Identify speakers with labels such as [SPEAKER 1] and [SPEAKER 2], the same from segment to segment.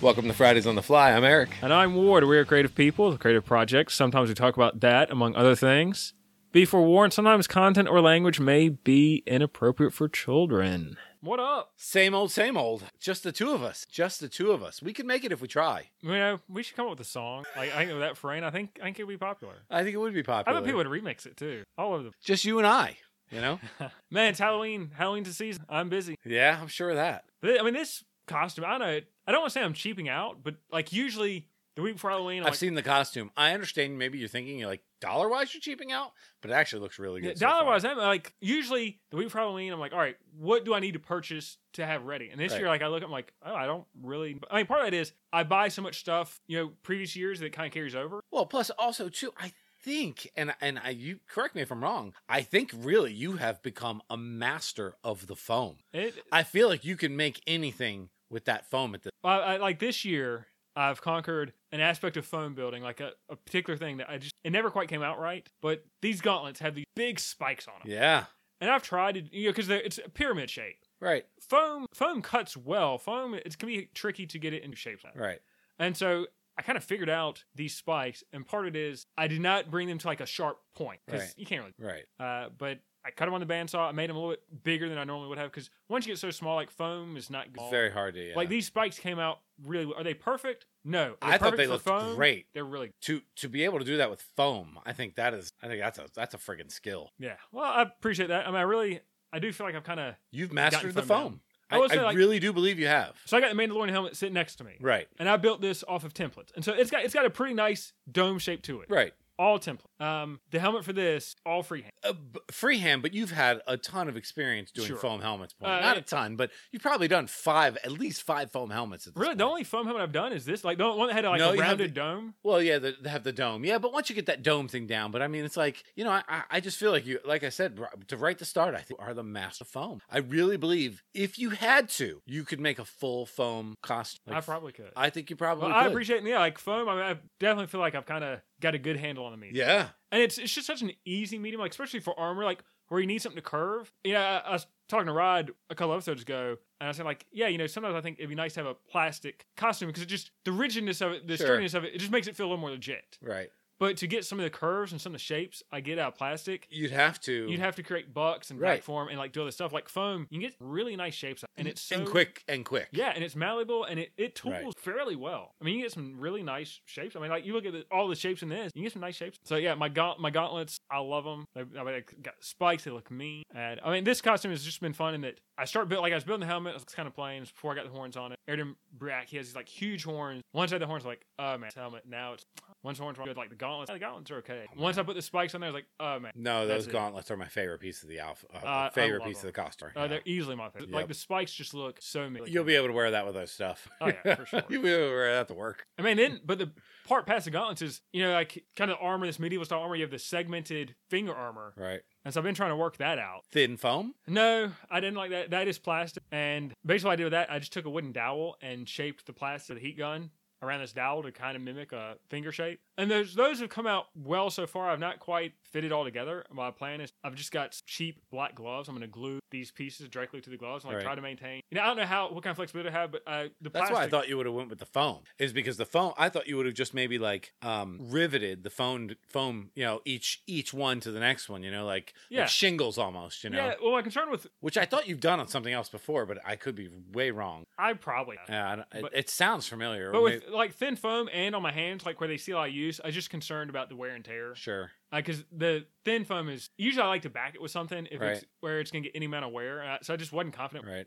[SPEAKER 1] Welcome to Fridays on the Fly. I'm Eric.
[SPEAKER 2] And I'm Ward. We are creative people, creative projects. Sometimes we talk about that, among other things. Be forewarned, sometimes content or language may be inappropriate for children. What up?
[SPEAKER 1] Same old, same old. Just the two of us. Just the two of us. We can make it if we try.
[SPEAKER 2] You know, we should come up with a song. Like, I know that frame. I think I think it'd be popular.
[SPEAKER 1] I think it would be
[SPEAKER 2] I
[SPEAKER 1] popular.
[SPEAKER 2] bet people would remix it too. All over the
[SPEAKER 1] Just you and I, you know?
[SPEAKER 2] man. It's Halloween. Halloween's the season. I'm busy.
[SPEAKER 1] yeah, I'm sure of that.
[SPEAKER 2] But, I mean, this costume. I know. I don't want to say I'm cheaping out, but like usually the week before Halloween, I'm
[SPEAKER 1] I've
[SPEAKER 2] like,
[SPEAKER 1] seen the costume. I understand maybe you're thinking you're like dollar wise you're cheaping out, but it actually looks really
[SPEAKER 2] Yeah,
[SPEAKER 1] good. so far.
[SPEAKER 2] dollar wise, I'm like usually the week for Halloween, I'm like, all right, what do I need to purchase to have ready? And this
[SPEAKER 1] Right.
[SPEAKER 2] year, like I look, I'm like, oh, I don't really. I mean, part of that is I buy so much stuff, you know, previous years that kind of carries over.
[SPEAKER 1] Well, plus also too, I think, and and I you correct me if I'm wrong. I think really you have become a master of the foam.
[SPEAKER 2] It,
[SPEAKER 1] I feel like you can make anything with that foam at the
[SPEAKER 2] I, I, like this year, I've conquered an aspect of foam building, like a, a particular thing that I just it never quite came out right. But these gauntlets have these big spikes on them,
[SPEAKER 1] Yeah.
[SPEAKER 2] and I've tried to, you know, because it's a pyramid shape.
[SPEAKER 1] Right.
[SPEAKER 2] Foam foam cuts well. Foam it's gonna be tricky to get it into shapes.
[SPEAKER 1] Right.
[SPEAKER 2] And so I kind of figured out these spikes, and part of it is I did not bring them to like a sharp point because
[SPEAKER 1] Right.
[SPEAKER 2] you can't really.
[SPEAKER 1] Right.
[SPEAKER 2] Uh, but I cut them on the bandsaw. I made them a little bit bigger than I normally would have because once you get so small, like foam is not
[SPEAKER 1] It's
[SPEAKER 2] good.
[SPEAKER 1] very hard to yeah.
[SPEAKER 2] Like these spikes came out really. Are they perfect? No.
[SPEAKER 1] I
[SPEAKER 2] Are
[SPEAKER 1] thought
[SPEAKER 2] perfect
[SPEAKER 1] they
[SPEAKER 2] for
[SPEAKER 1] looked
[SPEAKER 2] foam?
[SPEAKER 1] great.
[SPEAKER 2] They're really.
[SPEAKER 1] to to be able to do that with foam, I think that is I think that's a that's a friggin' skill.
[SPEAKER 2] Yeah. Well, I appreciate that. I mean, I really, I do feel like I've kind of.
[SPEAKER 1] You've mastered the
[SPEAKER 2] foam down.
[SPEAKER 1] foam.
[SPEAKER 2] I
[SPEAKER 1] I,
[SPEAKER 2] would say,
[SPEAKER 1] I
[SPEAKER 2] like-
[SPEAKER 1] really do believe you have.
[SPEAKER 2] So I got the Mandalorian helmet sitting next to me,
[SPEAKER 1] Right.
[SPEAKER 2] and I built this off of templates, and so it's got it's got a pretty nice dome shape to it.
[SPEAKER 1] Right.
[SPEAKER 2] All template. Um, the helmet for this, all freehand.
[SPEAKER 1] Uh, b- freehand, but you've had a ton of experience doing
[SPEAKER 2] Sure.
[SPEAKER 1] foam helmets. Paul.
[SPEAKER 2] Uh,
[SPEAKER 1] Not
[SPEAKER 2] yeah.
[SPEAKER 1] a ton, but you've probably done five, at least five foam helmets. At this
[SPEAKER 2] Really,
[SPEAKER 1] point.
[SPEAKER 2] the only foam helmet I've done is this, like the one that had like
[SPEAKER 1] No,
[SPEAKER 2] a
[SPEAKER 1] you have
[SPEAKER 2] rounded
[SPEAKER 1] the-
[SPEAKER 2] dome.
[SPEAKER 1] Well, yeah, the, they have the dome. Yeah, but once you get that dome thing down, but I mean, it's like you know, I I- I just feel like you, like I said, bro- to right the start, I think you are the master of foam. I really believe if you had to, you could make a full foam costume.
[SPEAKER 2] I
[SPEAKER 1] Like,
[SPEAKER 2] probably could.
[SPEAKER 1] I think you probably.
[SPEAKER 2] well, I
[SPEAKER 1] could.
[SPEAKER 2] appreciate it. Yeah, like foam, I, mean, I definitely feel like I've kind of got a good handle on the medium.
[SPEAKER 1] Yeah.
[SPEAKER 2] And it's it's just such an easy medium, like especially for armor, like where you need something to curve. You know, I, I was talking to Rod a couple episodes ago, and I said like, yeah, you know, sometimes I think it'd be nice to have a plastic costume because it just the rigidness of it, the
[SPEAKER 1] Sure.
[SPEAKER 2] stringiness of it, it just makes it feel a little more legit.
[SPEAKER 1] Right.
[SPEAKER 2] But to get some of the curves and some of the shapes I get out of plastic,
[SPEAKER 1] You'd have to.
[SPEAKER 2] you'd have to create bucks and
[SPEAKER 1] Right.
[SPEAKER 2] platform and like do other stuff like foam. You can get really nice shapes, out, and it's so
[SPEAKER 1] and quick and quick.
[SPEAKER 2] Yeah, and it's malleable and it, it tools
[SPEAKER 1] Right.
[SPEAKER 2] fairly well. I mean, you get some really nice shapes. I mean, like you look at the, all the shapes in this, you get some nice shapes. So yeah, my gaunt, my gauntlets, I love them. They, I mean, they got spikes. They look mean. And I mean, this costume has just been fun in that I start build like I was building the helmet. I was kind of playing before I got the horns on it. Airden Brack, he has these like huge horns. Once I had the horns, like oh man, this helmet. Now it's once the horns were good, like the gauntlets. The gauntlets are okay. Once I put the spikes on there, I was like oh man.
[SPEAKER 1] No,
[SPEAKER 2] That's
[SPEAKER 1] those
[SPEAKER 2] it.
[SPEAKER 1] gauntlets are my favorite piece of the alpha. Uh,
[SPEAKER 2] I
[SPEAKER 1] favorite
[SPEAKER 2] love
[SPEAKER 1] piece
[SPEAKER 2] them.
[SPEAKER 1] of the costume.
[SPEAKER 2] Uh, They're easily my favorite. Like
[SPEAKER 1] Yep.
[SPEAKER 2] the spikes just look so. Mean.
[SPEAKER 1] You'll be able to wear that with those stuff.
[SPEAKER 2] Oh, yeah, for sure.
[SPEAKER 1] You'll be able to wear that to work.
[SPEAKER 2] I mean, then, but the part past the gauntlets is, you know, like kind of armor, this medieval style armor, you have the segmented finger armor.
[SPEAKER 1] Right.
[SPEAKER 2] And so I've been trying to work that out.
[SPEAKER 1] Thin foam.
[SPEAKER 2] No, I didn't like that. That is plastic. And basically, what I did with that, I just took a wooden dowel and shaped the plastic of the heat gun around this dowel to kind of mimic a finger shape. And those those have come out well so far. I've not quite fitted all together. My plan is I've just got cheap black gloves. I'm going to glue these pieces directly to the gloves and like
[SPEAKER 1] Right.
[SPEAKER 2] try to maintain. You know, I don't know how what kind of flexibility I have, but uh, the
[SPEAKER 1] That's
[SPEAKER 2] plastic,
[SPEAKER 1] why I thought you would have went with the foam. Is because the foam. I thought you would have just maybe like um, riveted the foam foam. You know, each each one to the next one. You know, like, like
[SPEAKER 2] Yeah.
[SPEAKER 1] shingles almost. You know,
[SPEAKER 2] Yeah, well, my concern with
[SPEAKER 1] which I thought you've done on something else before, but I could be way wrong.
[SPEAKER 2] I probably
[SPEAKER 1] Yeah, I don't- it,
[SPEAKER 2] But-
[SPEAKER 1] it sounds familiar.
[SPEAKER 2] But
[SPEAKER 1] Maybe-
[SPEAKER 2] with like thin foam and on my hands, like where they see a lot of use, I was just concerned about the wear and tear.
[SPEAKER 1] sure.
[SPEAKER 2] Because Uh, the thin foam is usually I like to back it with something if it's
[SPEAKER 1] Right.
[SPEAKER 2] where it's gonna get any amount of wear. Uh, so I just wasn't confident.
[SPEAKER 1] Right.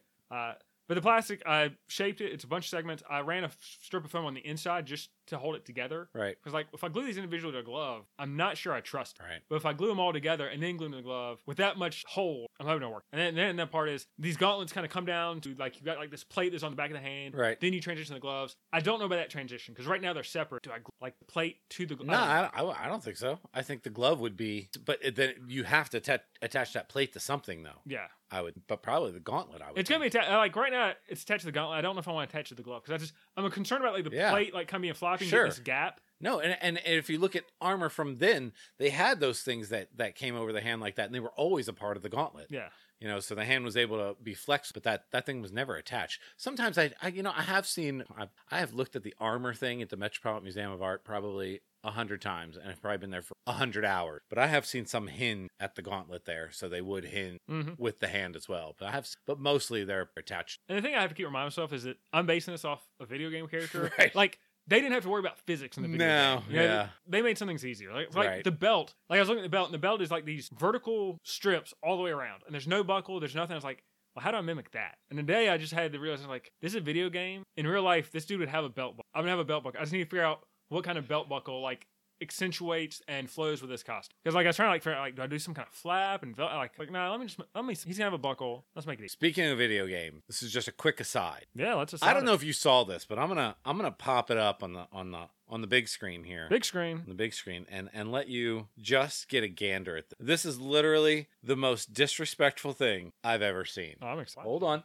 [SPEAKER 2] Uh, but the plastic, I shaped it. It's a bunch of segments. I ran a f- strip of foam on the inside just to hold it together.
[SPEAKER 1] Right.
[SPEAKER 2] Because like if I glue these individually to a glove, I'm not sure I trust it.
[SPEAKER 1] Right.
[SPEAKER 2] But if I glue them all together and then glue them to the glove with that much hole, I'm hoping it'll work. And then, then that part is these gauntlets kind of come down to like you've got like this plate that's on the back of the hand.
[SPEAKER 1] Right.
[SPEAKER 2] Then you transition the gloves. I don't know about that transition because right now they're separate. Do I gl- like the plate to the glove?
[SPEAKER 1] No, I, I, I don't think so. I think the glove would be, but it, then you have to atta- attach that plate to something, though.
[SPEAKER 2] yeah,
[SPEAKER 1] I would, but probably the gauntlet. I would.
[SPEAKER 2] it's gonna be atta- uh, like right now it's attached to the gauntlet. I don't know if I want to attach it to the glove because I just I'm concerned about like the
[SPEAKER 1] Yeah.
[SPEAKER 2] plate like coming and flopping,
[SPEAKER 1] Sure.
[SPEAKER 2] getting this gap.
[SPEAKER 1] no, and, and and if you look at armor from then, they had those things that that came over the hand like that, and they were always a part of the gauntlet.
[SPEAKER 2] Yeah,
[SPEAKER 1] You know, so the hand was able to be flexed, but that that thing was never attached. Sometimes I, I you know, I have seen, I, I have looked at the armor thing at the Metropolitan Museum of Art probably a hundred times, and I've probably been there for a hundred hours. But I have seen some hinge at the gauntlet there, so they would hinge
[SPEAKER 2] hmm
[SPEAKER 1] with the hand as well. But I have, s- but mostly they're attached.
[SPEAKER 2] And the thing I have to keep reminding myself is that I'm basing this off a video game character.
[SPEAKER 1] Right.
[SPEAKER 2] Like they didn't have to worry about physics in the video
[SPEAKER 1] No,
[SPEAKER 2] game. You know,
[SPEAKER 1] yeah.
[SPEAKER 2] They made some things easier. Like, it's like
[SPEAKER 1] Right.
[SPEAKER 2] the belt. Like I was looking at the belt, and the belt is like these vertical strips all the way around, and there's no buckle, there's nothing. I was like, well, how do I mimic that? And today I just had to realize, like, this is a video game. In real life, this dude would have a belt. buckle. I'm gonna have a belt buckle. I just need to figure out what kind of belt buckle like accentuates and flows with this costume. Because like I was trying to like figure out like, do I do some kind of flap and belt? Like, like no, let me just let me. He's gonna have a buckle. Let's make it easy.
[SPEAKER 1] Speaking of video game, this is just a quick aside.
[SPEAKER 2] Yeah, let's just.
[SPEAKER 1] I don't know if you saw this, but I'm gonna I'm gonna pop it up on the on the on the big screen here.
[SPEAKER 2] Big screen.
[SPEAKER 1] on the big screen and and let you just get a gander at this. This is literally the most disrespectful thing I've ever seen.
[SPEAKER 2] Oh, I'm excited.
[SPEAKER 1] Hold on.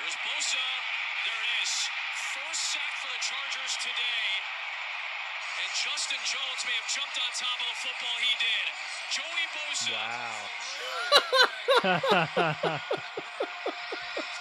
[SPEAKER 3] There's Bosa. There it is. First sack for the Chargers today. And Justin Jones may have jumped on top of the football. He did. Joey Bosa.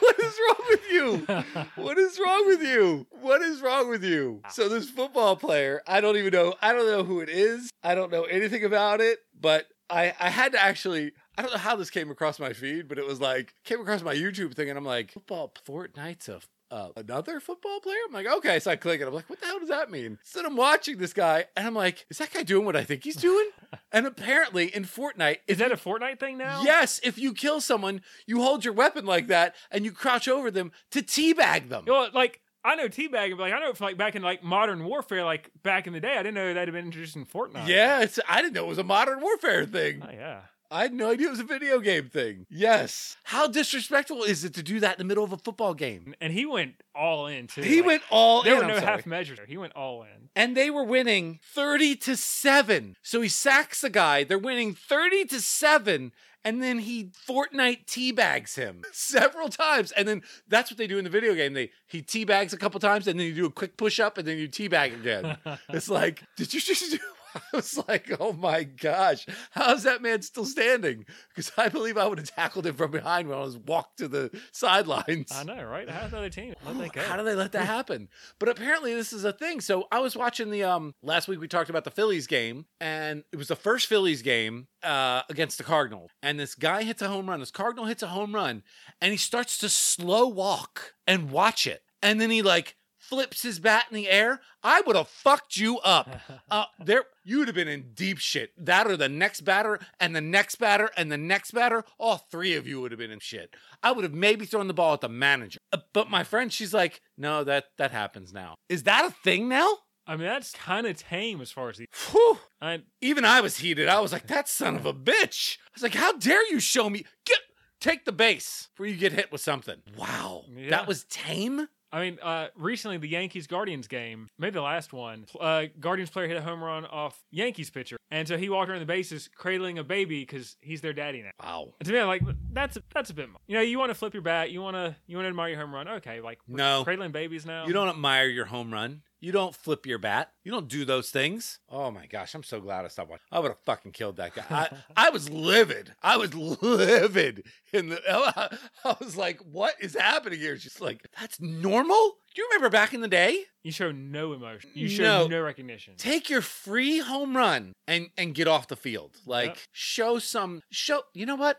[SPEAKER 1] what is wrong with you? What is wrong with you? What is wrong with you?
[SPEAKER 2] Ah.
[SPEAKER 1] So this football player, I don't even know. I don't know who it is. I don't know anything about it. But I, I had to actually. I don't know how this came across my feed, but it was like came across my YouTube thing, and I'm like, football Fortnite's a uh, another football player? I'm like, okay. So I click it. I'm like, what the hell does that mean? So then I'm watching this guy, and I'm like, is that guy doing what I think he's doing? and apparently in Fortnite,
[SPEAKER 2] Is that a Fortnite thing now?
[SPEAKER 1] Yes, if you kill someone, you hold your weapon like that and you crouch over them to teabag them.
[SPEAKER 2] You know, like I know teabagging, but like I know from like back in like modern warfare, like back in the day, I didn't know that had been introduced in Fortnite.
[SPEAKER 1] Yeah, it's, I didn't know it was a modern warfare thing.
[SPEAKER 2] Oh, yeah.
[SPEAKER 1] I had no idea it was a video game thing. Yes. How disrespectful is it to do that in the middle of a football game?
[SPEAKER 2] And, and he went all in too.
[SPEAKER 1] He
[SPEAKER 2] Like,
[SPEAKER 1] went all
[SPEAKER 2] There
[SPEAKER 1] in.
[SPEAKER 2] were
[SPEAKER 1] I'm
[SPEAKER 2] no
[SPEAKER 1] sorry.
[SPEAKER 2] half measures. there. He went all in.
[SPEAKER 1] and they were winning 30 to 7. So he sacks the guy, they're winning 30 to 7, and then he Fortnite teabags him several times. And then that's what they do in the video game. They he teabags a couple times and then you do a quick push up and then you teabag again. it's like, did you just do I was like, oh my gosh, how's that man still standing? Because I believe I would have tackled him from behind when I was walked to the sidelines.
[SPEAKER 2] I know, right? How's the other team? Let that go.
[SPEAKER 1] How do they let that happen? But apparently this is a thing. So I was watching the um last week we talked about the Phillies game, and it was the first Phillies game uh against the Cardinal. And this guy hits a home run. This Cardinal hits a home run, and he starts to slow walk and watch it. And then he like flips his bat in the air. I would have fucked you up. Uh, there, you would have been in deep shit. That or the next batter, and the next batter, and the next batter. All three of you would have been in shit. I would have maybe thrown the ball at the manager. Uh, but my friend, she's like, "No, that that happens now. Is that a thing now?"
[SPEAKER 2] I mean, that's kind of tame as far as the.
[SPEAKER 1] Whew.
[SPEAKER 2] I,
[SPEAKER 1] Even I was heated. I was like, "That son of a bitch!" I was like, "How dare you show me? Get take the base before you get hit with something." Wow,
[SPEAKER 2] Yeah.
[SPEAKER 1] that was tame.
[SPEAKER 2] I mean, uh, recently the Yankees Guardians game, maybe the last one, uh, Guardians player hit a home run off Yankees pitcher, and so he walked around the bases cradling a baby because he's their daddy now.
[SPEAKER 1] Wow.
[SPEAKER 2] And to me, I'm like that's that's a bit. much. You know, you want to flip your bat, you want to you want to admire your home run. Okay, like we're
[SPEAKER 1] No.
[SPEAKER 2] cradling babies now.
[SPEAKER 1] You don't admire your home run. You don't flip your bat. You don't do those things. Oh my gosh, I'm so glad I stopped watching. I would have fucking killed that guy. I, I was livid. I was livid. In the, I was like, what is happening here? She's like, that's normal. Do you remember back in the day?
[SPEAKER 2] You show no emotion. You show
[SPEAKER 1] No.
[SPEAKER 2] no, recognition.
[SPEAKER 1] Take your free home run and and get off the field. Like
[SPEAKER 2] Yep.
[SPEAKER 1] show some show. You know what?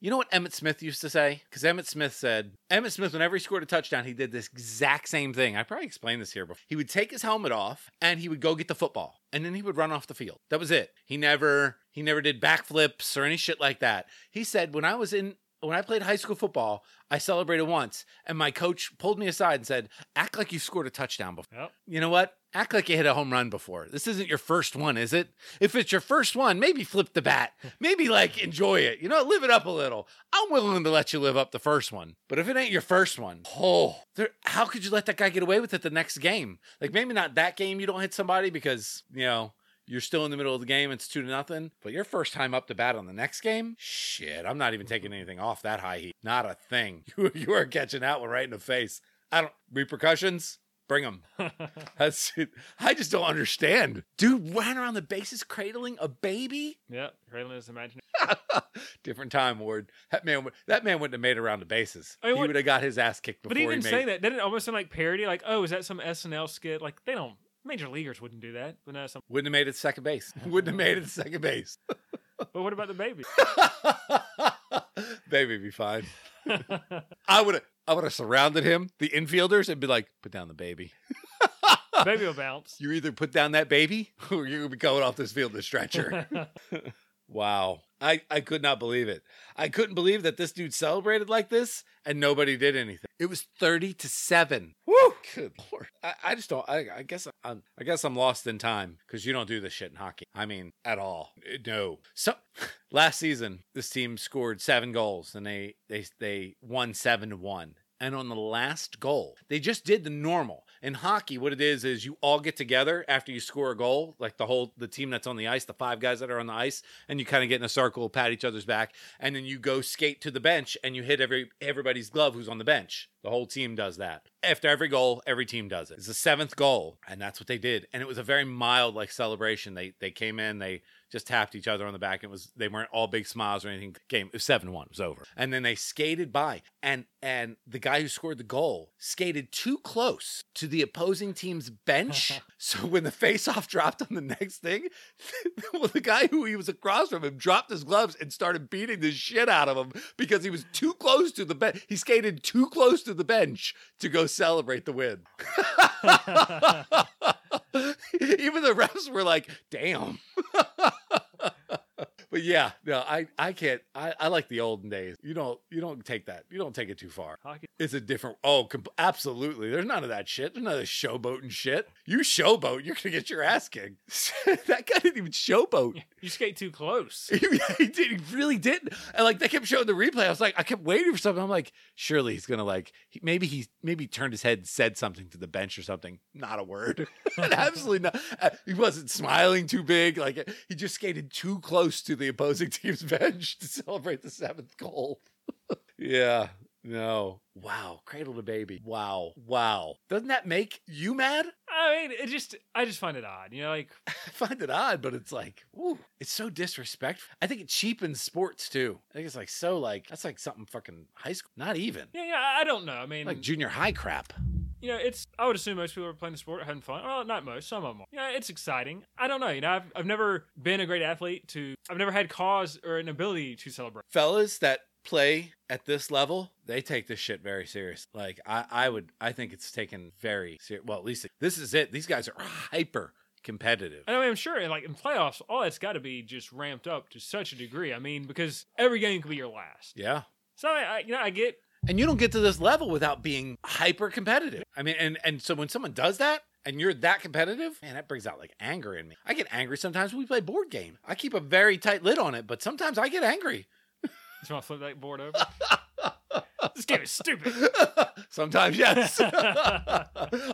[SPEAKER 1] You know what Emmett Smith used to say? Because Emmett Smith said Emmett Smith, whenever he scored a touchdown, he did this exact same thing. I probably explained this here before. He would take his helmet off and he would go get the football, and then he would run off the field. That was it. He never he never did backflips or any shit like that. He said when I was in when I played high school football, I celebrated once, and my coach pulled me aside and said, "Act like you scored a touchdown before."
[SPEAKER 2] Yep.
[SPEAKER 1] you know what? Act like you hit a home run before. This isn't your first one, is it? If it's your first one, maybe flip the bat. Maybe like enjoy it. You know, live it up a little. I'm willing to let you live up the first one. But if it ain't your first one, oh, there, how could you let that guy get away with it the next game? Like maybe not that game you don't hit somebody because, you know, you're still in the middle of the game, it's two to nothing. But your first time up to bat on the next game, shit, I'm not even taking anything off that high heat. Not a thing. You, you are catching that one right in the face. I don't repercussions. Bring them. That's it. I just don't understand. Dude ran around the bases cradling a baby.
[SPEAKER 2] Yep. Cradling is imaginary.
[SPEAKER 1] Different time, Ward. That man, would- that man wouldn't have made around the bases.
[SPEAKER 2] I mean,
[SPEAKER 1] he
[SPEAKER 2] what-
[SPEAKER 1] would have got his ass kicked before
[SPEAKER 2] But he didn't
[SPEAKER 1] made.
[SPEAKER 2] say that. Didn't it almost sound like parody? Like, oh, is that some SNL skit? Like, they don't. Major leaguers wouldn't do that. But no, some.
[SPEAKER 1] Wouldn't have made it to second base. wouldn't have made it to second base.
[SPEAKER 2] But what about the baby?
[SPEAKER 1] Baby, be fine. I would have. I would have surrounded him, the infielders, and be like, "Put down the baby.
[SPEAKER 2] baby will bounce.
[SPEAKER 1] You either put down that baby, or you're gonna be going off this field to stretcher." Wow. I, I could not believe it. I couldn't believe that this dude celebrated like this and nobody did anything. It was 30 to 7. Woo! Good lord. I, I just don't I, I guess I'm I guess I'm lost in time because you don't do this shit in hockey. I mean, at all. Uh, No. So last season, this team scored seven goals and they they they won seven to one. And on the last goal, they just did the normal. In hockey, what it is is you all get together after you score a goal, like the whole the team that's on the ice, the five guys that are on the ice, and you kind of get in a circle, pat each other's back, and then you go skate to the bench and you hit every everybody's glove who's on the bench. The whole team does that. After every goal, every team does it. It's the seventh goal, and that's what they did. And it was a very mild like celebration. They they came in, they just tapped each other on the back. It was they weren't all big smiles or anything. Game it was seven one. It was over. And then they skated by, and and the guy who scored the goal skated too close to the opposing team's bench. so when the faceoff dropped on the next thing, well, the guy who he was across from him dropped his gloves and started beating the shit out of him because he was too close to the bench. He skated too close to the bench to go celebrate the win. Even the refs were like, damn. But yeah, no, I, I can't. I, I like the olden days. You don't you don't take that. You don't take it too far.
[SPEAKER 2] Hockey.
[SPEAKER 1] It's a different. Oh, com- absolutely. There's none of that shit. There's none of this showboating shit. You showboat, you're gonna get your ass kicked. that guy didn't even showboat.
[SPEAKER 2] You skate too close.
[SPEAKER 1] He, he did, he really didn't. And like they kept showing the replay. I was like, I kept waiting for something. I'm like, surely he's gonna like he, maybe he maybe he turned his head and said something to the bench or something. Not a word. Absolutely not. Uh, He wasn't smiling too big. Like uh, he just skated too close to the opposing team's bench to celebrate the seventh goal. yeah. No. Wow. Cradle to baby. Wow. Wow. Doesn't that make you mad?
[SPEAKER 2] I mean, it just. I just find it odd. You know, like
[SPEAKER 1] I find it odd, but it's like, ooh, it's so disrespectful. I think it cheapens sports too. I think it's like so like that's like something fucking high school, not even
[SPEAKER 2] yeah, yeah. I don't know. I mean,
[SPEAKER 1] like junior high crap.
[SPEAKER 2] you know, it's. I would assume most people are playing the sport, having fun. Well, not most. Some of them. Are. You know, it's exciting. I don't know. You know, I've, I've never been a great athlete to. I've never had cause or an ability to celebrate.
[SPEAKER 1] Fellas that play at this level, they take this shit very serious. Like I, I would, I think it's taken very serious. Well, at least this is it. These guys are hyper competitive.
[SPEAKER 2] And I mean, I'm sure, like in playoffs, all that's got to be just ramped up to such a degree. I mean, because every game could be your last.
[SPEAKER 1] Yeah.
[SPEAKER 2] So I, I you know, I get
[SPEAKER 1] And you don't get to this level without being hyper competitive. I mean, and and so when someone does that and you're that competitive, man, that brings out like anger in me. I get angry sometimes when we play board game. I keep a very tight lid on it, but sometimes I get angry.
[SPEAKER 2] Just want to flip that board over. this game is stupid.
[SPEAKER 1] sometimes yes.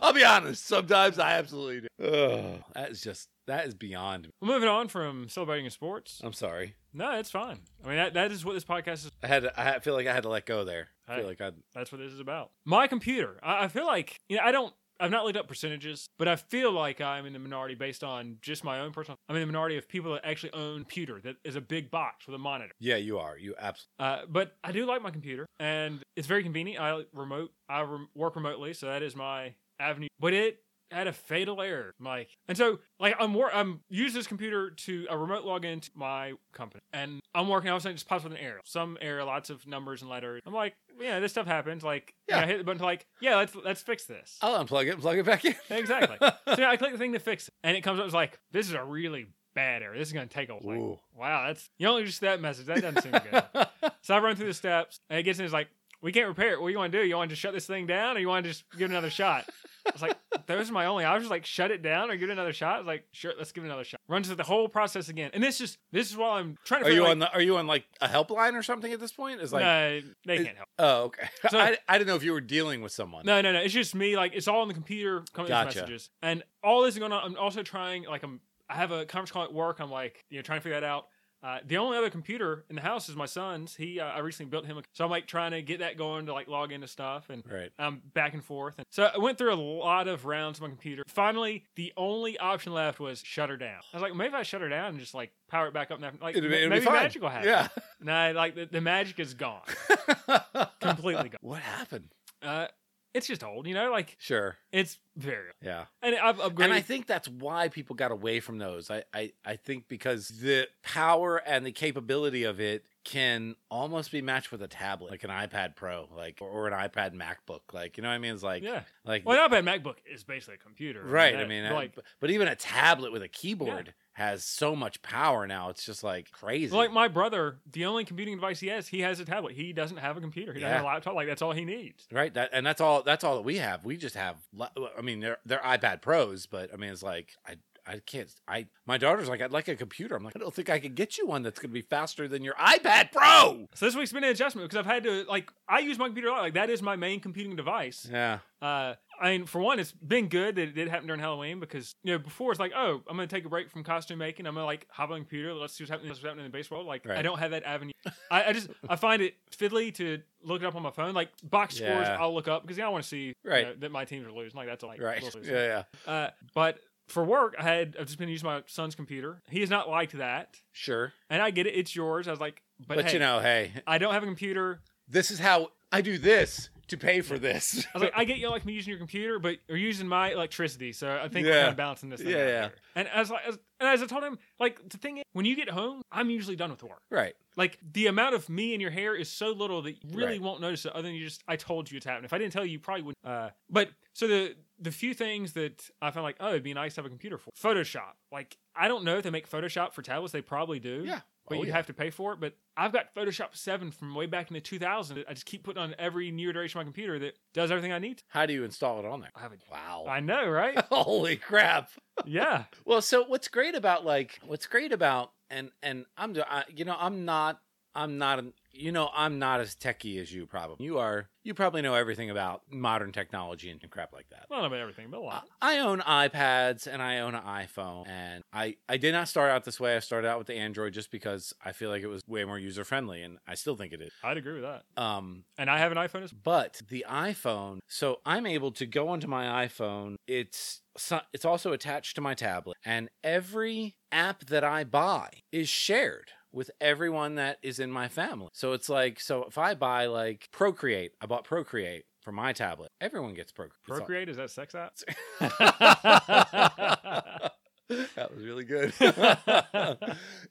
[SPEAKER 1] I'll be honest. Sometimes I absolutely do. Ugh, that is just that is beyond me.
[SPEAKER 2] Well, moving on from celebrating in sports.
[SPEAKER 1] I'm sorry.
[SPEAKER 2] No, it's fine. I mean, that, that is what this podcast is.
[SPEAKER 1] I had to, I had- feel like I had to let go there. I feel
[SPEAKER 2] Hey.
[SPEAKER 1] like I
[SPEAKER 2] That's what this is about. My computer. I, I feel like you know. I don't. I've not looked up percentages, but I feel like I'm in the minority based on just my own personal. I'm in the minority of people that actually own a computer that is a big box with a monitor.
[SPEAKER 1] yeah, you are. You absolutely.
[SPEAKER 2] Uh, but I do like my computer, and it's very convenient. I remote. I rem- work remotely, so that is my avenue. But it had a fatal error, Mike. And so, like, I'm wor- I'm use this computer to a remote login to my company, and I'm working. All of a sudden, it just pops with an error. Some error, lots of numbers and letters. I'm like, yeah, this stuff happens. Like, yeah,
[SPEAKER 1] Yeah.
[SPEAKER 2] I hit the button to like, yeah, let's let's fix this.
[SPEAKER 1] I'll unplug it and plug it back in.
[SPEAKER 2] exactly. so yeah, I click the thing to fix it, and it comes up as like, this is a really bad error. This is gonna take a while. Like,
[SPEAKER 1] Ooh.
[SPEAKER 2] wow, that's you only just that message. That doesn't seem good. So I run through the steps, and it gets in. It's like, we can't repair it. What do you want to do? You want to just shut this thing down, or you want to just give it another shot? I was like, those are my only. I was just like, shut it down or give it another shot. I was like, sure, let's give it another shot. Run through the whole process again, and this just this is while I'm trying to.
[SPEAKER 1] Are
[SPEAKER 2] figure,
[SPEAKER 1] you
[SPEAKER 2] like,
[SPEAKER 1] on the, Are you on like a helpline or something at this point? Is like
[SPEAKER 2] no, they
[SPEAKER 1] it-
[SPEAKER 2] can't help.
[SPEAKER 1] Oh, okay.
[SPEAKER 2] So-
[SPEAKER 1] I, I didn't know if you were dealing with someone.
[SPEAKER 2] No, no, no. It's just me. Like it's all on the computer coming these
[SPEAKER 1] Gotcha.
[SPEAKER 2] messages, and all this is going on. I'm also trying. Like I'm, I have a conference call at work. I'm like, you know, trying to figure that out. Uh, the only other computer in the house is my son's. He uh, I recently built him, a, so I'm like trying to get that going to like log into stuff and
[SPEAKER 1] Right.
[SPEAKER 2] um, back and forth. And so I went through a lot of rounds on my computer. Finally, the only option left was shut her down. I was like, maybe if I shut her down and just like power it back up. And have- like
[SPEAKER 1] It'd be- it'd be
[SPEAKER 2] maybe
[SPEAKER 1] fine.
[SPEAKER 2] magic will happen.
[SPEAKER 1] Yeah.
[SPEAKER 2] No, like the, the magic is gone, completely gone.
[SPEAKER 1] What happened?
[SPEAKER 2] Uh, it's just old, you know. Like
[SPEAKER 1] Sure.
[SPEAKER 2] it's very, old.
[SPEAKER 1] Yeah.
[SPEAKER 2] and I've upgraded.
[SPEAKER 1] And I think that's why people got away from those. I, I, I think because the power and the capability of it can almost be matched with a tablet, like an iPad Pro, like or, or an iPad MacBook. Like, you know what I mean? It's like
[SPEAKER 2] yeah.
[SPEAKER 1] like
[SPEAKER 2] Well, an iPad MacBook is basically a computer,
[SPEAKER 1] right. I
[SPEAKER 2] That-
[SPEAKER 1] mean,
[SPEAKER 2] like
[SPEAKER 1] like, but even a tablet with a keyboard has so much power now. It's just like crazy.
[SPEAKER 2] Like my brother, the only computing device he has, he has a tablet. He doesn't have a computer. He doesn't have a
[SPEAKER 1] Yeah.
[SPEAKER 2] laptop. Like that's all he needs.
[SPEAKER 1] Right, that and that's all. That's all that we have. We just have. la- I mean, they're they're iPad Pros, but I mean, it's like I I can't. I my daughter's like I'd like a computer. I'm like I don't think I could get you one that's going to be faster than your iPad Pro.
[SPEAKER 2] So this week's been an adjustment because I've had to like I use my computer a lot. Like that is my main computing device.
[SPEAKER 1] Yeah,
[SPEAKER 2] Uh, I mean, for one, it's been good that it did happen during Halloween because you know before it's like, oh, I'm gonna take a break from costume making. I'm gonna like hop on a computer. Let's see what's happening. Let's see what's happening in the base world. Like I
[SPEAKER 1] Right.
[SPEAKER 2] don't have that avenue. I, I just I find it fiddly to look it up on my phone. Like box scores,
[SPEAKER 1] Yeah.
[SPEAKER 2] I'll look up because you know, I want to see you
[SPEAKER 1] Right.
[SPEAKER 2] know, that my teams are losing. Like that's all. Like,
[SPEAKER 1] right.
[SPEAKER 2] little loser.
[SPEAKER 1] Yeah, yeah.
[SPEAKER 2] Uh, but for work, I had I've just been using my son's computer. He has not liked that,
[SPEAKER 1] Sure,
[SPEAKER 2] and I get it. It's yours. I was like, but,
[SPEAKER 1] but,
[SPEAKER 2] hey,
[SPEAKER 1] you know, hey,
[SPEAKER 2] I don't have a computer.
[SPEAKER 1] this is how I do this to pay for this.
[SPEAKER 2] I was like, I get you like me using your computer, but you're using my electricity, so I think we're
[SPEAKER 1] Yeah.
[SPEAKER 2] kind of balancing this. Thing
[SPEAKER 1] Yeah,
[SPEAKER 2] out
[SPEAKER 1] yeah.
[SPEAKER 2] Here. And as like, as, and as I told him, like the thing is, when you get home, I'm usually done with work.
[SPEAKER 1] right.
[SPEAKER 2] Like the amount of me in your hair is so little that you really
[SPEAKER 1] Right.
[SPEAKER 2] won't notice it. Other than you just, I told you it's happening. If I didn't tell you, you probably wouldn't. Uh, but so the the few things that I found like, oh, it'd be nice to have a computer for Photoshop. Like I don't know if they make Photoshop for tablets. They probably do.
[SPEAKER 1] Yeah.
[SPEAKER 2] But
[SPEAKER 1] Oh,
[SPEAKER 2] you'd
[SPEAKER 1] yeah.
[SPEAKER 2] have to pay for it. But I've got Photoshop 7 from way back in the 2000s. that I just keep putting on every new iteration of my computer that does everything I need.
[SPEAKER 1] How do you install it on there?
[SPEAKER 2] I have a,
[SPEAKER 1] Wow.
[SPEAKER 2] I know, right?
[SPEAKER 1] Holy crap.
[SPEAKER 2] yeah.
[SPEAKER 1] Well, so what's great about like what's great about and and I'm I, you know I'm not I'm not an, you know I'm not as techie as you probably you are you probably know everything about modern technology and crap like that.
[SPEAKER 2] Well, not about everything, but a
[SPEAKER 1] I
[SPEAKER 2] lot.
[SPEAKER 1] I own iPads and I own an iPhone and I I did not start out this way. I started out with the Android just because I feel like it was way more user friendly and I still think it is.
[SPEAKER 2] I'd agree with that.
[SPEAKER 1] Um,
[SPEAKER 2] And I have an iPhone as
[SPEAKER 1] but the iPhone, so I'm able to go onto my iPhone. It's so- it's also attached to my tablet, and every app that I buy is shared with everyone that is in my family. So it's like, so if I buy like Procreate, I bought Procreate for my tablet. Everyone gets Procreate. It's all-
[SPEAKER 2] Procreate. Is that sex app?
[SPEAKER 1] that was really good.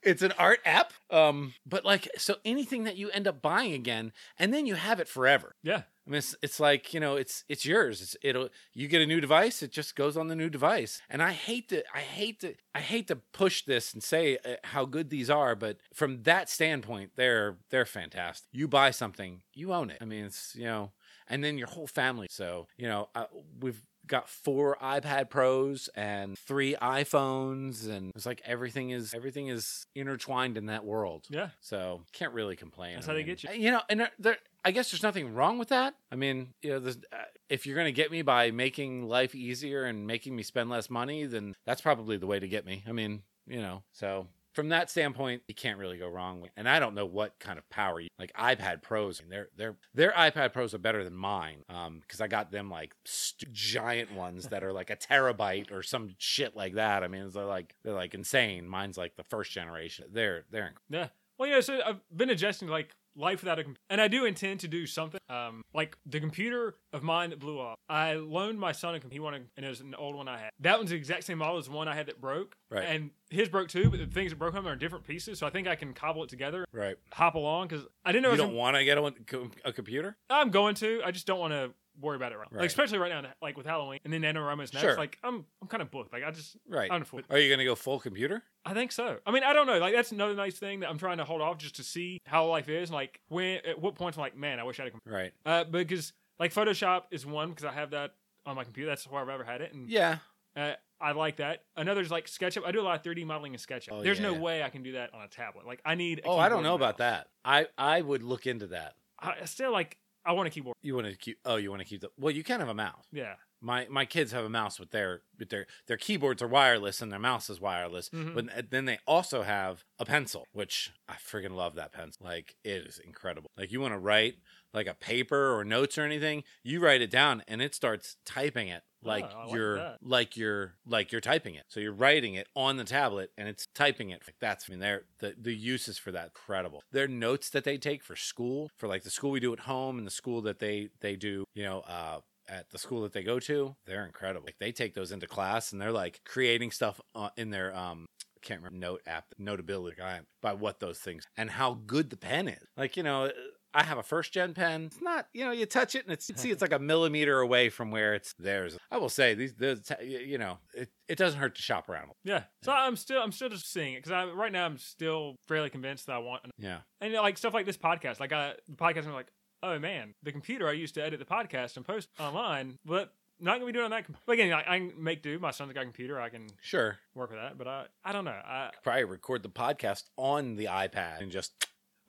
[SPEAKER 1] it's an art app. Um, but like, so anything that you end up buying again, and then you have it forever.
[SPEAKER 2] Yeah.
[SPEAKER 1] I mean, it's, it's like you know, it's it's yours. It's, it'll you get a new device, it just goes on the new device. And I hate to, I hate to, I hate to push this and say uh, how good these are, but from that standpoint, they're they're fantastic. You buy something, you own it. I mean, it's you know, and then your whole family. So you know, uh, we've got four iPad Pros and three iPhones, and it's like everything is everything is intertwined in that world.
[SPEAKER 2] Yeah.
[SPEAKER 1] So can't really complain.
[SPEAKER 2] That's how they get you.
[SPEAKER 1] You know, and there, there, I guess there's nothing wrong with that. I mean, you know, there's, uh, if you're going to get me by making life easier and making me spend less money, then that's probably the way to get me. I mean, you know, so from that standpoint, you can't really go wrong. with- And I don't know what kind of power, you, like iPad Pros, and their their their iPad Pros are better than mine because I got them like st- giant ones that are like a terabyte or some shit like that. I mean, they're like they're like insane. Mine's like the first generation. They're they're inc-
[SPEAKER 2] Well, you know, so I've been adjusting to, like life without a computer, and I do intend to do something. Um, like the computer of mine that blew up, I loaned my son a computer. He wanted, and it was an old one I had. That one's the exact same model as the one I had that broke,
[SPEAKER 1] Right.
[SPEAKER 2] And his broke too, but the things that broke him are different pieces, so I think I can cobble it together,
[SPEAKER 1] right.
[SPEAKER 2] hop along. Because I didn't know
[SPEAKER 1] you
[SPEAKER 2] it was
[SPEAKER 1] don't want to get a, com- a computer?
[SPEAKER 2] I'm going to. I just don't want to worry about it right, now.
[SPEAKER 1] Right.
[SPEAKER 2] Like, especially right now, like with Halloween, and then NaNoWriMo's next.
[SPEAKER 1] Sure.
[SPEAKER 2] Like I'm, I'm kind of booked. Like I just,
[SPEAKER 1] Right.
[SPEAKER 2] I'm full.
[SPEAKER 1] Are you going to go full computer?
[SPEAKER 2] I think so. I mean, I don't know. Like that's another nice thing that I'm trying to hold off just to see how life is. Like when, at what point I'm like, man, I wish I had a computer.
[SPEAKER 1] Right.
[SPEAKER 2] Uh, because like Photoshop is one because I have that on my computer. That's where I've ever had it, and
[SPEAKER 1] Yeah.
[SPEAKER 2] uh, I like that. Another is like SketchUp. I do a lot of 3D modeling in SketchUp.
[SPEAKER 1] Oh,
[SPEAKER 2] There's
[SPEAKER 1] yeah,
[SPEAKER 2] no
[SPEAKER 1] yeah.
[SPEAKER 2] way I can do that on a tablet. Like I need. A
[SPEAKER 1] Oh, I don't know
[SPEAKER 2] keyboard
[SPEAKER 1] about
[SPEAKER 2] and mouse.
[SPEAKER 1] that. I I would look into that.
[SPEAKER 2] I I still like. I want a keyboard.
[SPEAKER 1] You want to keep? Oh, you want to keep the? Well, you can have a mouse.
[SPEAKER 2] Yeah.
[SPEAKER 1] my my kids have a mouse with their with their their keyboards are wireless and their mouse is wireless
[SPEAKER 2] Mhm.
[SPEAKER 1] but th- then they also have a pencil which i freaking love that pencil like it is incredible like you want to write like a paper or notes or anything you write it down and it starts typing it like
[SPEAKER 2] Oh, I like
[SPEAKER 1] you're
[SPEAKER 2] that.
[SPEAKER 1] like you're like you're typing it so you're writing it on the tablet and it's typing it that's i mean they're the, the uses for that incredible their notes that they take for school for like the school we do at home and the school that they they do you know uh at the school that they go to they're incredible like they take those into class and they're like creating stuff uh, in their um can't remember note app notability I am by what those things and how good the pen is like you know I have a first gen pen. It's not, you know, you touch it and it's, you see, it's like a millimeter away from where it's theirs. I will say these, those, you know, it, it doesn't hurt to shop around.
[SPEAKER 2] Yeah. So I'm still I'm still just seeing it because right now I'm still fairly convinced that I want
[SPEAKER 1] Yeah.
[SPEAKER 2] and you know, like stuff like this podcast. Like I, the podcast, I'm like, oh man, the computer I used to edit the podcast and post online, but not gonna be doing it on that. Com- but again, like, I can make do. My son's got a computer. I can
[SPEAKER 1] Sure.
[SPEAKER 2] work with that. But I, I don't know. I
[SPEAKER 1] Probably record the podcast on the iPad and just,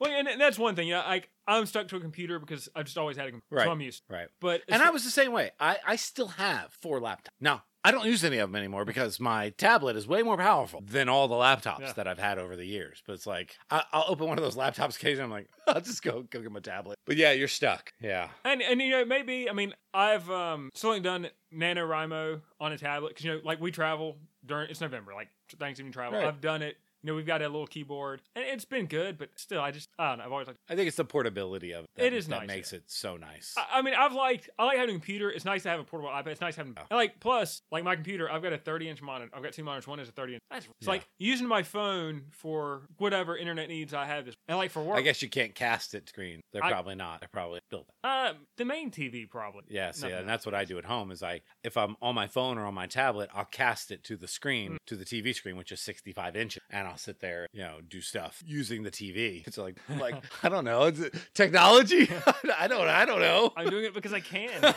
[SPEAKER 2] well, and that's one thing. You know, like I'm stuck to a computer because I've just always had a computer.
[SPEAKER 1] Right.
[SPEAKER 2] So I'm used.
[SPEAKER 1] right.
[SPEAKER 2] But
[SPEAKER 1] And I was the same way. I, I still have four laptops. Now, I don't use any of them anymore because my tablet is way more powerful than all the laptops
[SPEAKER 2] Yeah.
[SPEAKER 1] that I've had over the years. But it's like, I, I'll open one of those laptops occasionally. I'm like, I'll just go, go get my tablet. But yeah, you're stuck. Yeah.
[SPEAKER 2] And and you know maybe I mean I've um still ain't done NaNoWriMo on a tablet because you know like we travel during it's November like Thanksgiving travel
[SPEAKER 1] Right.
[SPEAKER 2] I've done it you know we've got a little keyboard and it's been good but still I just I don't know I've always like
[SPEAKER 1] I think it's the portability of it.
[SPEAKER 2] It is
[SPEAKER 1] that
[SPEAKER 2] nice,
[SPEAKER 1] makes it so nice.
[SPEAKER 2] I, I mean I've liked I like having a computer it's nice to have a portable iPad it's nice having
[SPEAKER 1] Yeah.
[SPEAKER 2] and like plus like my computer I've got a 30 inch monitor I've got two monitors one is a 30 inch That's- it's
[SPEAKER 1] Yeah.
[SPEAKER 2] like using my phone for whatever internet needs I have this and like for work
[SPEAKER 1] I guess you can't cast it green. They're
[SPEAKER 2] I-
[SPEAKER 1] probably not. They're probably built.
[SPEAKER 2] uh, the main TV probably
[SPEAKER 1] Yeah, see,
[SPEAKER 2] Nothing
[SPEAKER 1] and that's what I do at home. Is I, if I'm on my phone or on my tablet, I'll cast it to the
[SPEAKER 2] Mm.
[SPEAKER 1] screen, to the TV screen, which is 65 inches, and I'll sit there, you know, do stuff using the TV. It's like, like I don't know, it's technology. I don't, I don't know.
[SPEAKER 2] I'm doing it because I can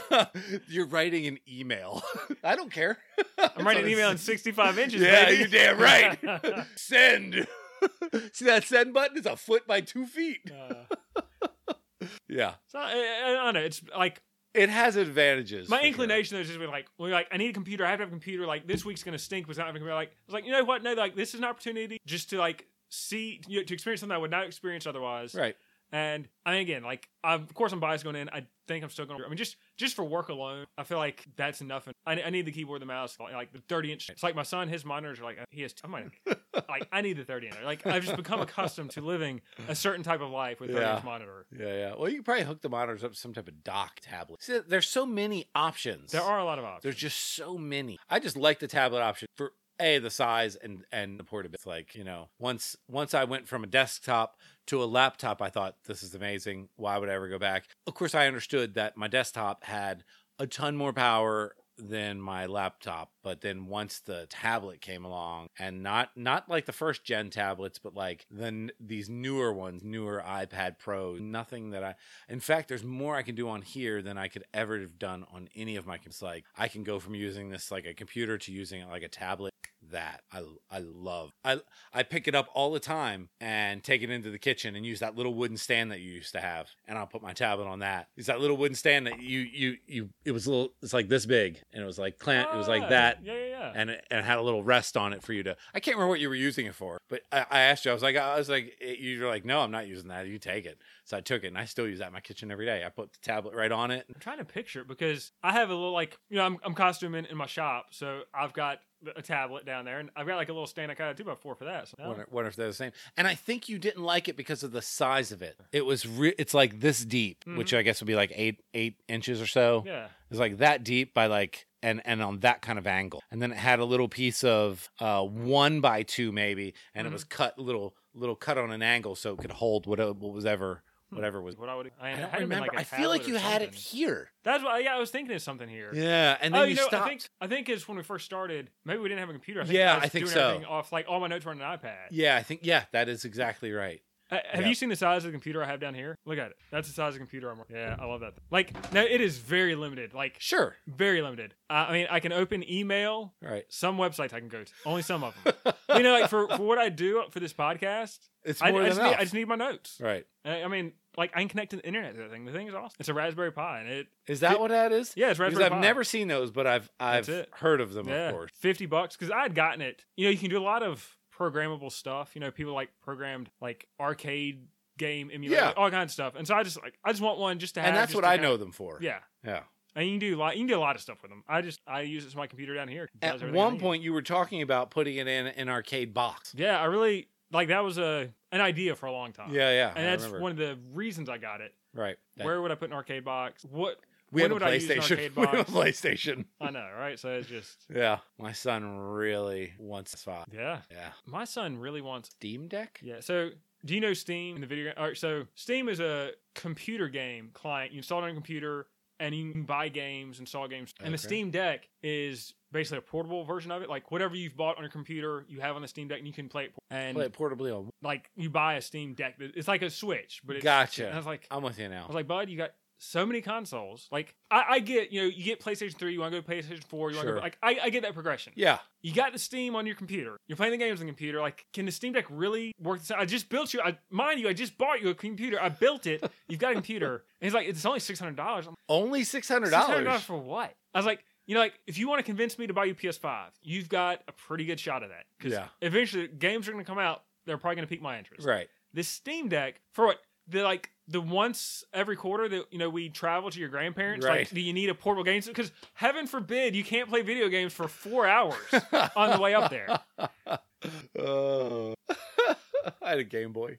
[SPEAKER 1] You're writing an email. I don't care.
[SPEAKER 2] I'm writing an email in 65 inches
[SPEAKER 1] Yeah,
[SPEAKER 2] baby. Uh,
[SPEAKER 1] you're damn right. send. see that send button? It's a foot by two feet.
[SPEAKER 2] Uh,
[SPEAKER 1] Yeah,
[SPEAKER 2] so I, I- I don't know. It's like
[SPEAKER 1] it has advantages.
[SPEAKER 2] my
[SPEAKER 1] for sure.
[SPEAKER 2] inclination is just been like, well, like I need a computer. I have to have a computer. Like this week's gonna stink without having a computer. Like I was like, you know what? No, like this is an opportunity just to like see you know, to experience something I would not experience otherwise.
[SPEAKER 1] right?
[SPEAKER 2] And I mean, again, like I'm, of course I'm biased going in. I think I'm still going. to I mean, just just for work alone, I feel like that's enough. And I, I need the keyboard, the mouse, like, like the 30 inch. It's like my son, his monitors are like he has. I'm like, like I need the 30 inch. Like I've just become accustomed to living a certain type of life with 30 inch
[SPEAKER 1] Yeah.
[SPEAKER 2] monitor.
[SPEAKER 1] Yeah, yeah. Well, you could probably hook the monitors up to some type of dock tablet. See, there's so many options.
[SPEAKER 2] There are a lot of options.
[SPEAKER 1] There's just so many. I just like the tablet option for a the size and and the portability. It's Like you know, once once I went from a desktop to a laptop, I thought this is amazing. Why would I ever go back? Of course, I understood that my desktop had a ton more power than my laptop but then once the tablet came along and not not like the first gen tablets but like then these newer ones newer ipad pros nothing that i in fact there's more i can do on here than i could ever have done on any of my comps like i can go from using this like a computer to using it like a tablet that i i love i i pick it up all the time and take it into the kitchen and use that little wooden stand that you used to have and i'll put my tablet on that it's that little wooden stand that you you you it was a little it's like this big and it was like clamp it was like
[SPEAKER 2] Ah,
[SPEAKER 1] that
[SPEAKER 2] Yeah, yeah, yeah.
[SPEAKER 1] and it, and it had a little rest on it for you to. I can't remember what you were using it for, but I, I asked you. I was like, I was like, it, you were like, no, I'm not using that. You take it. So I took it, and I still use that in my kitchen every day. I put the tablet right on it.
[SPEAKER 2] I'm trying to picture it because I have a little like you know I'm I'm costuming in my shop, so I've got a tablet down there, and I've got like a little stand I got a two by four for that. So,
[SPEAKER 1] Wonder, wonder if they're the same. And I think you didn't like it because of the size of it. It was re- it's like this deep, which I guess would be like eight eight inches or so.
[SPEAKER 2] yeah,
[SPEAKER 1] It's like that deep by like and and on that kind of angle. And then it had a little piece of uh one by two maybe, and
[SPEAKER 2] Mhm.
[SPEAKER 1] it was cut little little cut on an angle so it could hold whatever what was ever whatever was.
[SPEAKER 2] what I would Hmm. I,
[SPEAKER 1] I
[SPEAKER 2] had
[SPEAKER 1] don't
[SPEAKER 2] it been,
[SPEAKER 1] remember.
[SPEAKER 2] like, a
[SPEAKER 1] I feel like
[SPEAKER 2] tablet or
[SPEAKER 1] you had it
[SPEAKER 2] something.
[SPEAKER 1] here.
[SPEAKER 2] That's why yeah I was thinking of something here.
[SPEAKER 1] Yeah, and
[SPEAKER 2] oh, you, know, I think I think it's when we first started. Maybe we didn't have a computer. I think
[SPEAKER 1] Yeah,
[SPEAKER 2] I, was
[SPEAKER 1] I think
[SPEAKER 2] doing
[SPEAKER 1] so.
[SPEAKER 2] everything Off like all my notes were on an iPad.
[SPEAKER 1] yeah, I think yeah, that is exactly right.
[SPEAKER 2] Uh, have
[SPEAKER 1] Yeah.
[SPEAKER 2] you seen the size of the computer I have down here? Look at it. That's the size of the computer I'm. Yeah, I love that. Like now, it is very limited. Like
[SPEAKER 1] Sure.
[SPEAKER 2] very limited. Uh, I mean, I can open email.
[SPEAKER 1] All right.
[SPEAKER 2] Some websites I can go to. Only some of them. you know, like for, for what I do for this podcast,
[SPEAKER 1] It's
[SPEAKER 2] I,
[SPEAKER 1] more
[SPEAKER 2] I
[SPEAKER 1] than
[SPEAKER 2] just need,
[SPEAKER 1] enough.
[SPEAKER 2] I just need my notes.
[SPEAKER 1] right.
[SPEAKER 2] I, I mean, like I can connect to the internet to that thing. The thing is awesome. It's a Raspberry Pi, and it
[SPEAKER 1] Is that what that is?
[SPEAKER 2] yeah, it's
[SPEAKER 1] Because
[SPEAKER 2] Raspberry
[SPEAKER 1] I've
[SPEAKER 2] Pi.
[SPEAKER 1] never seen those, but I've I've
[SPEAKER 2] That's it.
[SPEAKER 1] heard of them,
[SPEAKER 2] yeah,
[SPEAKER 1] of course.
[SPEAKER 2] fifty bucks because I had gotten it. You know, you can do a lot of programmable stuff. You know, people like programmed like arcade game emulator,
[SPEAKER 1] Yeah.
[SPEAKER 2] all kinds of stuff. And so I just like I just want one just to have.
[SPEAKER 1] And that's
[SPEAKER 2] just
[SPEAKER 1] what
[SPEAKER 2] to
[SPEAKER 1] I
[SPEAKER 2] kinda-
[SPEAKER 1] know them for.
[SPEAKER 2] Yeah.
[SPEAKER 1] Yeah.
[SPEAKER 2] And you can do lot, you can do a lot of stuff with them. I just I use it to my computer down here. It does
[SPEAKER 1] At
[SPEAKER 2] everything I
[SPEAKER 1] one
[SPEAKER 2] need.
[SPEAKER 1] point, you were talking about putting it in an arcade box.
[SPEAKER 2] yeah, I really like that was a an idea for a long time.
[SPEAKER 1] Yeah, yeah.
[SPEAKER 2] and
[SPEAKER 1] I
[SPEAKER 2] that's
[SPEAKER 1] remember.
[SPEAKER 2] one of the reasons I got it.
[SPEAKER 1] Right. That-
[SPEAKER 2] Where would I put an arcade box? What
[SPEAKER 1] we
[SPEAKER 2] when
[SPEAKER 1] have a
[SPEAKER 2] would I use an
[SPEAKER 1] PlayStation.
[SPEAKER 2] arcade
[SPEAKER 1] We have
[SPEAKER 2] box?
[SPEAKER 1] a PlayStation.
[SPEAKER 2] I know, right? So it's just
[SPEAKER 1] Yeah. My son really wants this file.
[SPEAKER 2] yeah.
[SPEAKER 1] Yeah.
[SPEAKER 2] My son really wants
[SPEAKER 1] Steam Deck?
[SPEAKER 2] Yeah. So do you know Steam in the video game? All right, so Steam is a computer game client. You install it on your computer and you can buy games, install games. And the
[SPEAKER 1] Okay.
[SPEAKER 2] Steam Deck is basically a portable version of it. Like whatever you've bought on your computer, you have on the Steam Deck and you can play it. And
[SPEAKER 1] Play it portably on.
[SPEAKER 2] like you buy a Steam Deck. that- It's like a Switch, but it's,
[SPEAKER 1] Gotcha.
[SPEAKER 2] And I was like, I
[SPEAKER 1] I'm with you now.
[SPEAKER 2] was like, bud, you got so many consoles. Like I, I get, you know, you get PlayStation 3, you want to go to PlayStation 4, you want to
[SPEAKER 1] Sure.
[SPEAKER 2] go, like, I, I get that progression.
[SPEAKER 1] yeah.
[SPEAKER 2] You got the Steam on your computer. You're playing the games on the computer. Like, can the Steam Deck really work this out? I just built you. I mind you, I just bought you a computer. I built it. You've got a computer. And he's like, it's only six hundred dollars.
[SPEAKER 1] Only $600.
[SPEAKER 2] dollars for what? I was like, you know, like if you want to convince me to buy you PS Five, you've got a pretty good shot at that. Because
[SPEAKER 1] Yeah.
[SPEAKER 2] eventually, games are going to come out. They're probably going to pique my interest.
[SPEAKER 1] Right.
[SPEAKER 2] This Steam Deck for what? The like the once every quarter that you know we travel to your grandparents.
[SPEAKER 1] Right.
[SPEAKER 2] Like, do you need a portable game? Because heaven forbid you can't play video games for four hours on the way up there.
[SPEAKER 1] Oh. I had a Game Boy.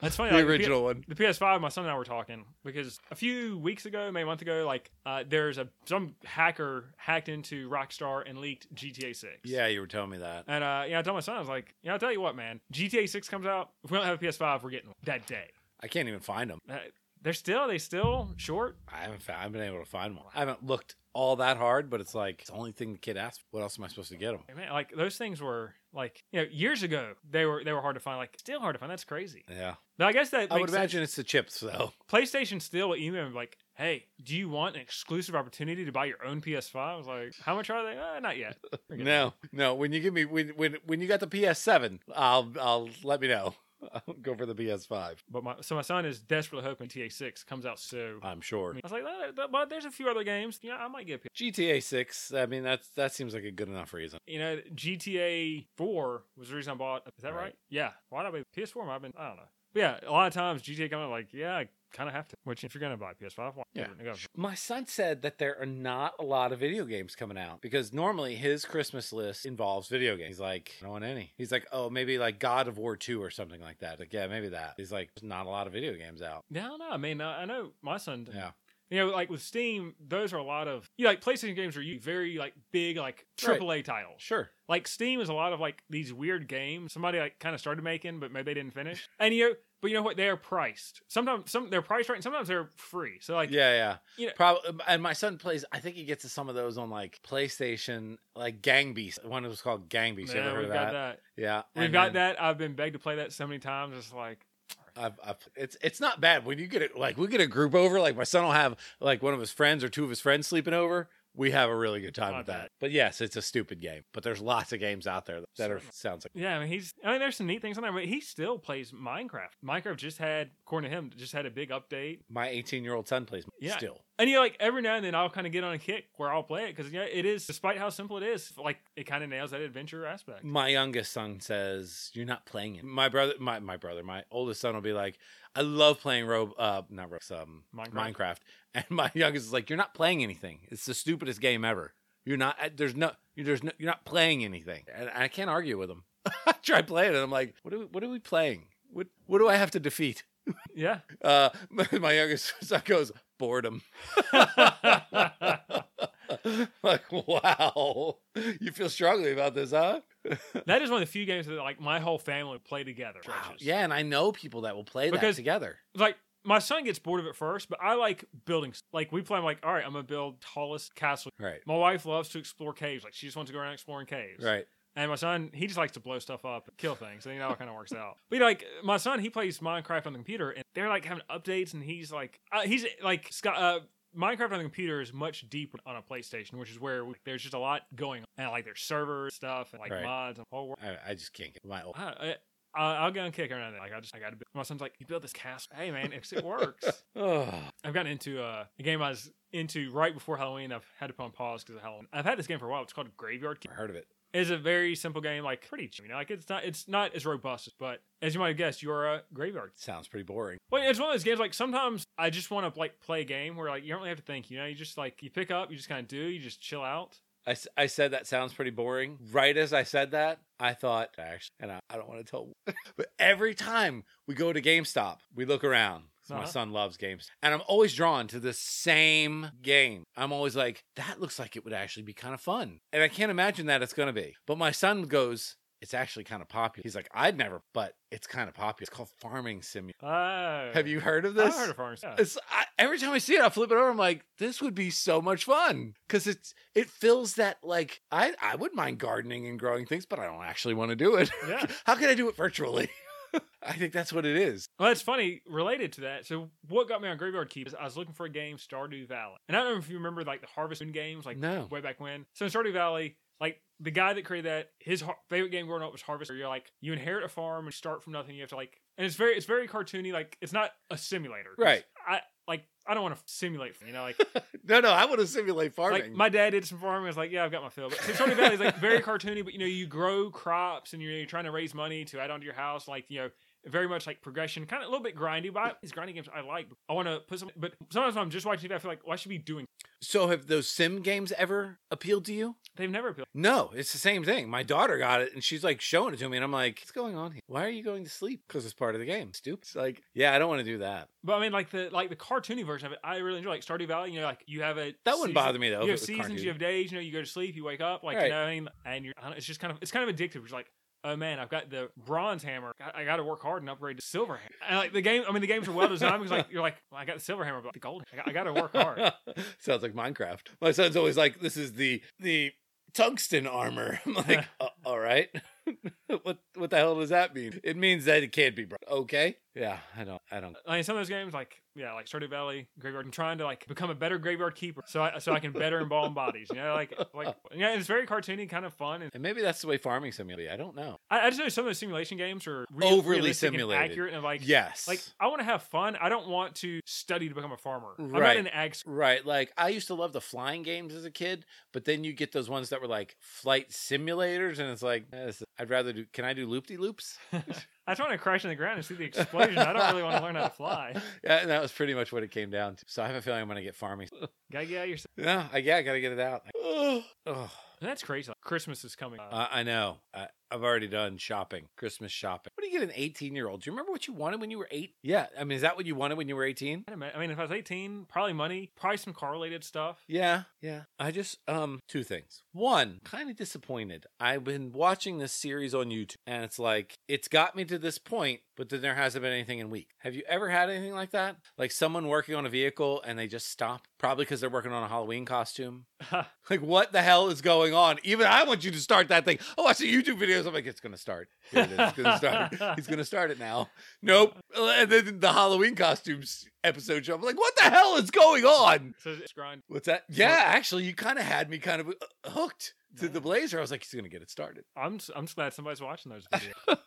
[SPEAKER 2] That's funny.
[SPEAKER 1] the
[SPEAKER 2] like, P-
[SPEAKER 1] original one.
[SPEAKER 2] The PS5, my son and I were talking because a few weeks ago, maybe a month ago, like uh, there's a some hacker hacked into Rockstar and leaked GTA 6.
[SPEAKER 1] Yeah, you were telling me that.
[SPEAKER 2] And uh, yeah, I told my son, I was like, yeah, I'll tell you what, man, GTA 6 comes out. If we don't have a PS5, we're getting one that day.
[SPEAKER 1] I can't even find them.
[SPEAKER 2] Uh, they're still, they still short.
[SPEAKER 1] I haven't found, I haven't been able to find one. I haven't looked all that hard, but it's like it's the only thing the kid asked. What else am I supposed to get him?
[SPEAKER 2] Hey, Man, like those things were like you know years ago they were they were hard to find. Like still hard to find. That's crazy.
[SPEAKER 1] Yeah,
[SPEAKER 2] Now I guess that
[SPEAKER 1] I would
[SPEAKER 2] makes sense.
[SPEAKER 1] imagine it's the chips though.
[SPEAKER 2] PlayStation still will email me like, "Hey, do you want an exclusive opportunity to buy your own PS5?" I was like, "How much are they?" Uh, not yet. We're good.
[SPEAKER 1] No, no. When you give me when when when you got the PS7, I'll I'll let me know. I'll go for the PS5.
[SPEAKER 2] But my so my son is desperately hoping TA6 comes out soon. I
[SPEAKER 1] I'm sure.
[SPEAKER 2] was like, "Uh, th- "But there's a few other games. Yeah, I might get." a P-"
[SPEAKER 1] GTA 6. I mean, that's that seems like a good enough reason.
[SPEAKER 2] You know, GTA 4 was the reason I bought. Is that right?
[SPEAKER 1] Right.
[SPEAKER 2] Yeah. Why not? PS4 might have been. I don't know. But yeah, a lot of times GTA comes out like, "Yeah, I kind of have to." Which if you're gonna buy a PS5, why
[SPEAKER 1] Yeah.
[SPEAKER 2] wouldn't you go?
[SPEAKER 1] My son said that there are not a lot of video games coming out because normally his Christmas list involves video games. He's like, I don't want any. He's like, oh, maybe like God of War 2 or something like that. Like, yeah, maybe that. He's like, there's not a lot of video games out.
[SPEAKER 2] Yeah, I don't know. I mean, I I know my son.
[SPEAKER 1] Yeah.
[SPEAKER 2] You know, like with Steam, those are a lot of you know, like PlayStation games are u- very like big like AAA titles.
[SPEAKER 1] Sure.
[SPEAKER 2] Like Steam is a lot of like these weird games somebody like kind of started making, but maybe they didn't finish. And you know, but you know what? They are priced. Sometimes some they're priced right, and sometimes they're free. So like
[SPEAKER 1] yeah, yeah.
[SPEAKER 2] you know-
[SPEAKER 1] Probably, and my son plays. I think he gets to some of those on like PlayStation, like Gang Beast. One was called Gang Beast. you
[SPEAKER 2] man,
[SPEAKER 1] ever heard of
[SPEAKER 2] we've
[SPEAKER 1] that?
[SPEAKER 2] got that.
[SPEAKER 1] Yeah,
[SPEAKER 2] We've
[SPEAKER 1] and
[SPEAKER 2] got
[SPEAKER 1] then
[SPEAKER 2] that. I've been begged to play that so many times. It's like
[SPEAKER 1] I've, I've, it's it's not bad when you get it. Like we get a group over. Like my son will have like one of his friends or two of his friends sleeping over. We have a really good time
[SPEAKER 2] Not
[SPEAKER 1] with that.
[SPEAKER 2] bad.
[SPEAKER 1] But yes, it's a stupid game. But there's lots of games out there that are
[SPEAKER 2] Certainly.
[SPEAKER 1] sounds like
[SPEAKER 2] Yeah, I mean, he's. I mean, there's some neat things on there, but he still plays Minecraft. Minecraft just had, according to him, just had a big update.
[SPEAKER 1] my 18 year old son plays
[SPEAKER 2] Yeah.
[SPEAKER 1] still.
[SPEAKER 2] And you know, like every now and then I'll kind of get on a kick where I'll play it because you know it is, despite how simple it is, like it kind of nails that adventure aspect.
[SPEAKER 1] My youngest son says, "You're not playing it." My brother, my my brother, my oldest son will be like, "I love playing Rob, uh, not Rob, um,
[SPEAKER 2] Minecraft.
[SPEAKER 1] Minecraft. And my youngest is like, "You're not playing anything. It's the stupidest game ever. You're not. uh, There's no. You're, there's no. You're not playing anything." And I can't argue with him. I try playing it. I'm like, "What are we, What are we playing? What What do I have to defeat?"
[SPEAKER 2] Yeah.
[SPEAKER 1] Uh, my, my youngest son goes, "Boredom." like, wow, you feel strongly about this, huh?
[SPEAKER 2] that is one of the few games that like my whole family play together.
[SPEAKER 1] Wow.
[SPEAKER 2] Stretches.
[SPEAKER 1] Yeah, and I know people that will play
[SPEAKER 2] Because-
[SPEAKER 1] that together.
[SPEAKER 2] Like my son gets bored of it first, but I like building. s- Like we play. I'm like, all right, I'm gonna build tallest castle.
[SPEAKER 1] Right.
[SPEAKER 2] My wife loves to explore caves. Like she just wants to go around exploring caves.
[SPEAKER 1] Right.
[SPEAKER 2] And my son, he just likes to blow stuff up, kill things, and you know, it kind of works out. But you know, like my son, he plays Minecraft on the computer, and they're like having updates, and he's like, uh, he's like Scott. Uh, Minecraft on the computer is much deeper on a PlayStation, which is where there's just a lot going on. And like there's server stuff, and like
[SPEAKER 1] Right.
[SPEAKER 2] mods, and whole world.
[SPEAKER 1] I, I just can't get my.
[SPEAKER 2] I, I, I'll get on kick around that. Like I just, I gotta. Be, my son's like, you built this castle. Hey man, if it works.
[SPEAKER 1] Oh,
[SPEAKER 2] I've gotten into uh, a game I was into right before Halloween. I've had to put on pause because of Halloween. I've had this game for a while. It's called Graveyard. Keeper.
[SPEAKER 1] I heard of it.
[SPEAKER 2] It's a very simple game, like pretty cheap. You know, like it's not, it's not as robust, but as you might have guessed, you're a graveyard.
[SPEAKER 1] Sounds pretty boring.
[SPEAKER 2] Well, it's one of those games. Like sometimes I just want to like play a game where like you don't really have to think. You know, you just like you pick up, you just kind of do, you just chill out.
[SPEAKER 1] I, s- I said that sounds pretty boring. Right as I said that, I thought, actually, and I, I don't want to tell, but every time we go to GameStop, we look around. 'cause My
[SPEAKER 2] Uh-huh.
[SPEAKER 1] son loves games. And I'm always drawn to the same game. I'm always like, that looks like it would actually be kind of fun. And I can't imagine that it's going to be. But my son goes, it's actually kind of popular. He's like, I'd never, but it's kind of popular. It's called Farming Simulator.
[SPEAKER 2] Oh,
[SPEAKER 1] Have you heard of
[SPEAKER 2] I've
[SPEAKER 1] this?
[SPEAKER 2] heard of farms. Yeah.
[SPEAKER 1] It's, I, every time I see it, I flip it over. I'm like, this would be so much fun because it's it fills that like I I would mind gardening and growing things, but I don't actually want to do it.
[SPEAKER 2] yeah.
[SPEAKER 1] How can I do it virtually? I think that's what it is.
[SPEAKER 2] Well, it's funny related to that. So, what got me on Graveyard Keep is I was looking for a game, Stardew Valley. And I don't know if you remember like the Harvest Moon games, like
[SPEAKER 1] No.
[SPEAKER 2] way back when. So, in Stardew Valley, like the guy that created that, his har- favorite game growing up was Harvest. Where you're like, you inherit a farm and start from nothing. You have to like, and it's very, it's very cartoony. Like, it's not a simulator, 'Cause
[SPEAKER 1] Right.
[SPEAKER 2] I like, I don't want to simulate. You know, like
[SPEAKER 1] No, no, I want to simulate farming.
[SPEAKER 2] like my dad did some farming. I was like, yeah, I've got my fill. But Central Valley is like very cartoony, but you know, you grow crops and you're, you're trying to raise money to add onto your house. Like you know, very much like progression, kind of a little bit grindy. But I, these grindy games I like. I want to put some. But sometimes when I'm just watching TV. I feel like, why should we be doing?
[SPEAKER 1] so, have those sim games ever appealed to you?
[SPEAKER 2] They've never appealed.
[SPEAKER 1] No, it's the same thing. My daughter got it and she's like showing it to me, and I'm like, what's going on here? Why are you going to sleep? Because it's part of the game. Stupid. It's like, yeah, I don't want to do that.
[SPEAKER 2] But I mean, like the like the cartoony version of it, I really enjoy. Like Stardew Valley, you know, like you have a
[SPEAKER 1] That wouldn't
[SPEAKER 2] season-
[SPEAKER 1] bother me though. if
[SPEAKER 2] You have
[SPEAKER 1] it was
[SPEAKER 2] seasons,
[SPEAKER 1] cartoon.
[SPEAKER 2] you have days. You know, you go to sleep, you wake up, like
[SPEAKER 1] Right.
[SPEAKER 2] you know, what I mean, and you're. I don't, know, it's just kind of it's kind of addictive. It's like, oh man, I've got the bronze hammer. I- I got to work hard and upgrade to silver hammer. And like the game, I mean, the games are well designed because like you're like, well, I got the silver hammer, but the gold, I got, I got to work hard.
[SPEAKER 1] Sounds like Minecraft. My son's always like, "This is the the tungsten armor." I'm like, "Uh, "All right, what what the hell does that mean?" It means that it can't be broken. Okay, yeah, I don't, I don't.
[SPEAKER 2] Like in some of those games, like yeah, like Stardew Valley, Graveyard. I'm trying to like become a better graveyard keeper, so I so I can better embalm bodies. You know, like like yeah, it's very cartoony, kind of fun, and
[SPEAKER 1] And maybe that's the way farming simulator. I don't know.
[SPEAKER 2] I, I just know some of the simulation games are real,
[SPEAKER 1] Overly
[SPEAKER 2] realistic and
[SPEAKER 1] simulated.
[SPEAKER 2] accurate, and like
[SPEAKER 1] yes,
[SPEAKER 2] Like I want to have fun. I don't want to study to become a farmer. I'm
[SPEAKER 1] Right.
[SPEAKER 2] not an ag. school.
[SPEAKER 1] right. Like I used to love the flying games as a kid, but then you get those ones that were like flight simulators, and it's like, eh, this- I'd rather do. Can I do loop de loops?
[SPEAKER 2] I just want to crash in the ground and see the explosion. I don't really want to learn how to fly.
[SPEAKER 1] Yeah, and that was pretty much what it came down to. So I have a feeling I'm going to get farming.
[SPEAKER 2] Gotta get out of your.
[SPEAKER 1] No, I, yeah, I got to get it out. Ugh.
[SPEAKER 2] That's crazy. Like, Christmas is coming. Uh,
[SPEAKER 1] Uh, I know. I, I've already done shopping, Christmas shopping. What do you get an 18 year old? Do you remember what you wanted when you were eight? Yeah. I mean, is that what you wanted when you were 18?
[SPEAKER 2] I don't- I mean, if I was 18, probably money, probably some correlated stuff.
[SPEAKER 1] Yeah. Yeah. I just, um, two things. One, kind of disappointed. I've been watching this series on YouTube and it's like, it's got me to this point, but then there hasn't been anything in week. Have you ever had anything like that? Like someone working on a vehicle and they just stop, probably because they're working on a Halloween costume. Like, what the hell is going on? Even I want you to start that thing. I watch the YouTube videos. I'm like, it's gonna start. Here it is. It's gonna start. He's gonna start it now. Nope. Uh, And then the Halloween costumes episode show. I'm like, what the hell is going on?
[SPEAKER 2] so it's grind.
[SPEAKER 1] What's that? Yeah, actually, you kind of had me kind of uh, hooked to the blazer. I was like, he's gonna get it started.
[SPEAKER 2] I'm just, I'm just glad somebody's watching those videos.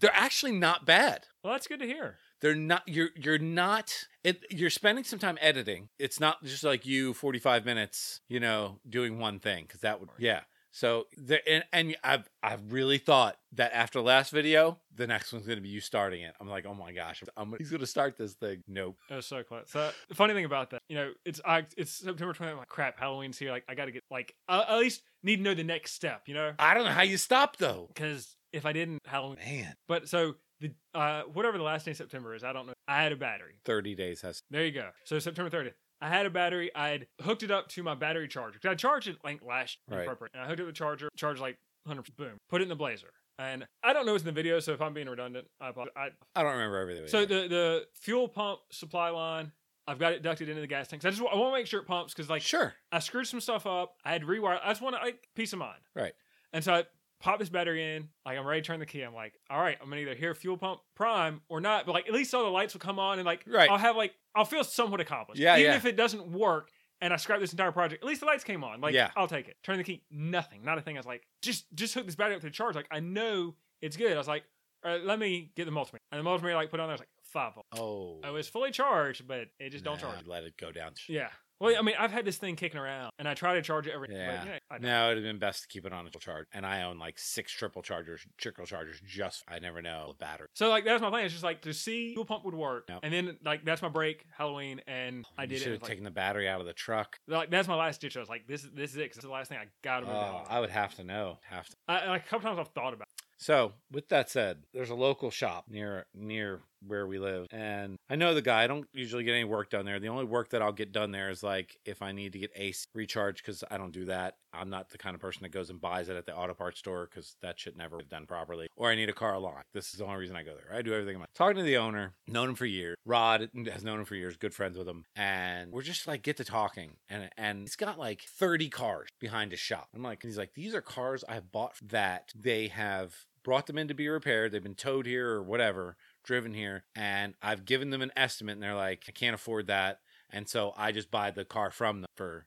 [SPEAKER 1] They're actually not bad.
[SPEAKER 2] well, that's good to hear.
[SPEAKER 1] They're not. You're you're not. It, you're spending some time editing. It's not just like you 45 minutes, you know, doing one thing because that would. Yeah. So there, and, and I've I've really thought that after last video, the next one's gonna be you starting it. I'm like, oh my gosh, I'm, he's gonna start this thing. Nope.
[SPEAKER 2] It was so close. So the funny thing about that, you know, it's I, it's September 20th. I'm like, crap, Halloween's here. Like, I gotta get like I, I at least need to know the next step. You know,
[SPEAKER 1] I don't know how you stop though.
[SPEAKER 2] because if I didn't, Halloween.
[SPEAKER 1] Man,
[SPEAKER 2] But so the uh whatever the last day of September is, I don't know. I had a battery.
[SPEAKER 1] 30 days has.
[SPEAKER 2] There you go. So September 30th. I had a battery. I had hooked it up to my battery charger. 'Cause I charged it like last
[SPEAKER 1] Right.
[SPEAKER 2] appropriate. And I hooked up the charger, charged like 100 boom. Put it in the blazer. And I don't know what's in the video, so if I'm being redundant, I apologize. I,
[SPEAKER 1] I don't remember everything.
[SPEAKER 2] so the the fuel pump supply line, I've got it ducted into the gas tanks. I just wa- I want to make sure it pumps because like
[SPEAKER 1] sure.
[SPEAKER 2] I screwed some stuff up. I had to rewire. I just want to like peace of mind.
[SPEAKER 1] Right.
[SPEAKER 2] And so I pop this battery in. Like I'm ready to turn the key. I'm like, all right, I'm gonna either hear fuel pump prime or not. But like at least all the lights will come on and like
[SPEAKER 1] Right.
[SPEAKER 2] I'll have like I'll feel somewhat accomplished.
[SPEAKER 1] Yeah,
[SPEAKER 2] Even
[SPEAKER 1] yeah.
[SPEAKER 2] if it doesn't work and I scrap this entire project, at least the lights came on. Like
[SPEAKER 1] Yeah.
[SPEAKER 2] I'll take it. Turn the key. Nothing. Not a thing. I was like, just just hook this battery up to the charge. Like I know it's good. I was like, all right, let me get the multimeter. And the multimeter like put on there. I was like five volts.
[SPEAKER 1] Oh,
[SPEAKER 2] I was fully charged, but it just don't
[SPEAKER 1] nah,
[SPEAKER 2] charge.
[SPEAKER 1] Let it go down.
[SPEAKER 2] Yeah. Well, I mean, I've had this thing kicking around, and I try to charge it every.
[SPEAKER 1] Yeah.
[SPEAKER 2] But, you know, I don't.
[SPEAKER 1] No, it'd have been best to keep it on a charge. And I own like six triple chargers, triple chargers. Just I never know the battery.
[SPEAKER 2] So like that's my plan. It's just like to see fuel pump would work,
[SPEAKER 1] Yep. Oh,
[SPEAKER 2] and then like that's my break Halloween, and I
[SPEAKER 1] You
[SPEAKER 2] did
[SPEAKER 1] should
[SPEAKER 2] it.
[SPEAKER 1] have
[SPEAKER 2] It's Like,
[SPEAKER 1] taken the battery out of the truck.
[SPEAKER 2] like that's my last ditch. I was like, this is this is it. 'cause this is the last thing I gotta move
[SPEAKER 1] Oh,
[SPEAKER 2] down.
[SPEAKER 1] I would have to know. Have to.
[SPEAKER 2] I, I- like a couple times I've thought about.
[SPEAKER 1] So, with that said, there's a local shop near near where we live, and I know the guy. I don't usually get any work done there. The only work that I'll get done there is like if I need to get Ace recharged because I don't do that. I'm not the kind of person that goes and buys it at the auto parts store because that shit never done properly. Or I need a car alarm. This is the only reason I go there. I do everything. I'm talking to the owner, known him for years. Rod has known him for years, good friends with him, and we're just like get to talking, and and he's got like 30 cars behind his shop. I'm like, he's like, these are cars I've bought that they have brought them in to be repaired. They've been towed here or whatever, driven here, and I've given them an estimate, and they're like, I can't afford that, and so I just buy the car from them for.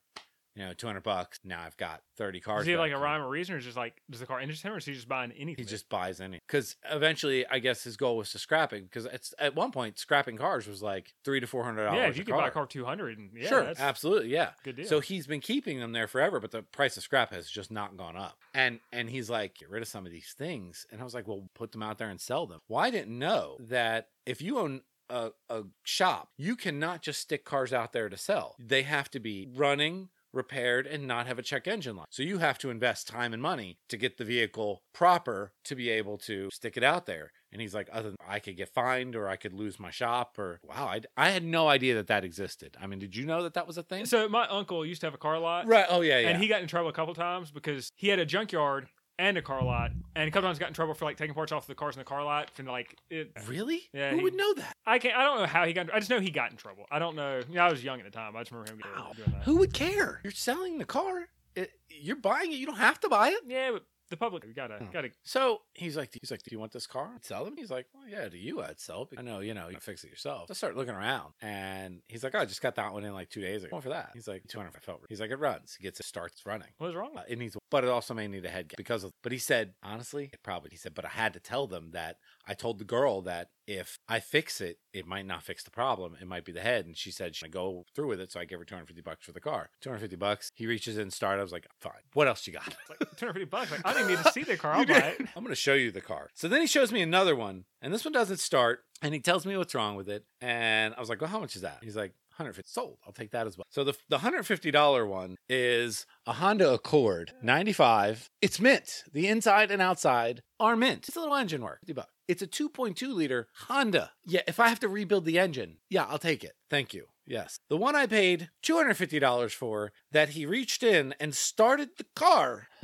[SPEAKER 1] You know, two hundred bucks. Now I've got thirty cars.
[SPEAKER 2] Is he
[SPEAKER 1] that
[SPEAKER 2] like
[SPEAKER 1] I
[SPEAKER 2] a
[SPEAKER 1] can-
[SPEAKER 2] rhyme or reason, or is just like does the car interest him, or is he just buying
[SPEAKER 1] he
[SPEAKER 2] anything?
[SPEAKER 1] just buys any because eventually i guess his goal was to scrap it because it's at one point scrapping cars was like three to four hundred dollars
[SPEAKER 2] yeah, if you could buy a car two hundred, and yeah,
[SPEAKER 1] sure
[SPEAKER 2] that's
[SPEAKER 1] absolutely yeah
[SPEAKER 2] a good deal.
[SPEAKER 1] so he's been keeping them there forever but the price of scrap has just not gone up and and he's like get rid of some of these things and i was like well put them out there and sell them well i didn't know that if you own a, a shop you cannot just stick cars out there to sell they have to be running repaired and not have a check engine light so you have to invest time and money to get the vehicle proper to be able to stick it out there and he's like other than i could get fined or i could lose my shop or wow i, I had no idea that that existed i mean did you know that that was a thing
[SPEAKER 2] so my uncle used to have a car lot,
[SPEAKER 1] Right. Oh yeah. Yeah.
[SPEAKER 2] Uh, and he got in trouble a couple times because he had a junkyard and a car lot, and a couple times got in trouble for like taking parts off the cars in the car lot, and like it,
[SPEAKER 1] really?
[SPEAKER 2] Yeah,
[SPEAKER 1] Who
[SPEAKER 2] he-
[SPEAKER 1] would know that?
[SPEAKER 2] I can't. I don't know how he got. I just know he got in trouble. I don't know. You know, I was young at the time. I just remember him getting-
[SPEAKER 1] Wow.
[SPEAKER 2] doing that.
[SPEAKER 1] Who would care? You're selling the car. It, you're buying it. You don't have to buy it.
[SPEAKER 2] Yeah, but the public. We gotta
[SPEAKER 1] Hmm.
[SPEAKER 2] gotta.
[SPEAKER 1] So he's like, he's like, do you want this car? I'd sell them. He's like, well, yeah, to you, I'd sell it. I know, you know, you can fix it yourself. So I start looking around, and he's like, oh, I just got that one in like two days ago. Going for that. He's like, 200. I felt. He's like, it runs. He gets it, starts running.
[SPEAKER 2] What was wrong?
[SPEAKER 1] Uh,
[SPEAKER 2] With it?
[SPEAKER 1] it needs, but it also may need a head gap because of. But he said, honestly, it probably. He said, but I had to tell them that I told the girl that if I fix it, it might not fix the problem. It might be the head. And she said she'd go through with it. So I gave her 250 bucks for the car. 250 bucks. He reaches in, start. I was like, fine. What else you got?
[SPEAKER 2] It's like 250 bucks. Like I didn't need to see the car. I'll
[SPEAKER 1] You
[SPEAKER 2] buy it.
[SPEAKER 1] did. I'm going to show you the car. So then he shows me another one, and this one doesn't start. And he tells me what's wrong with it. And I was like, well, how much is that? He's like, 150 sold. I'll take that as well. So the, the $150 one is a Honda Accord 95. It's mint. The inside and outside are mint. It's a little engine work. 50 bucks. It's a 2.2 liter Honda. Yeah, if I have to rebuild the engine, yeah, I'll take it. Thank you. Yes. The one I paid $250 for that he reached in and started the car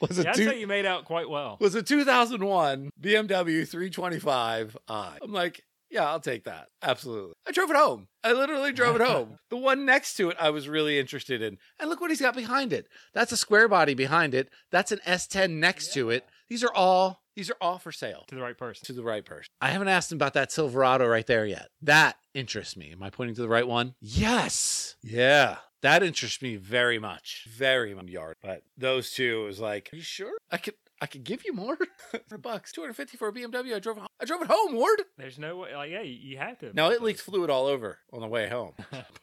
[SPEAKER 1] was a
[SPEAKER 2] yeah, I'd
[SPEAKER 1] two-
[SPEAKER 2] say you made out quite well.
[SPEAKER 1] was a 2001 BMW 325i. I'm like, yeah, I'll take that. Absolutely. I drove it home. I literally drove it home. The one next to it, I was really interested in. And look what he's got behind it. That's a square body behind it. That's an S10 next to it. These are all these are all for sale
[SPEAKER 2] To the right person.
[SPEAKER 1] to the right person. I haven't asked him about that Silverado right there yet. That interests me. Am I pointing to the right one? Yes. Yeah. That interests me very much. Very much yard. But those two it was like, Are you sure? I could I could give you more for bucks. 250 for a BMW. I drove I drove it home, Ward.
[SPEAKER 2] There's no way. Like yeah, you, you have to.
[SPEAKER 1] Now it leaked fluid all over on the way home.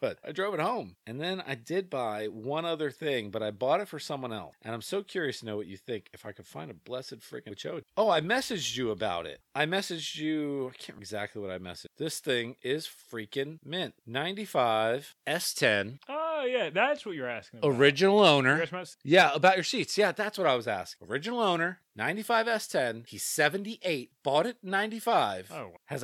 [SPEAKER 1] but I drove it home. And then I did buy one other thing, but I bought it for someone else. And I'm so curious to know what you think. If I could find a blessed freaking Wichita. Oh, I messaged you about it. I messaged you. I can't remember exactly what I messaged. This thing is freaking mint. 95 S10
[SPEAKER 2] Oh yeah, that's what you're asking. About.
[SPEAKER 1] original
[SPEAKER 2] You're
[SPEAKER 1] owner.
[SPEAKER 2] asking about-
[SPEAKER 1] Yeah, about your seats. Yeah, that's what I was asking. Original owner, 95 S10. He's 78. Bought it in 95
[SPEAKER 2] Oh, wow.
[SPEAKER 1] has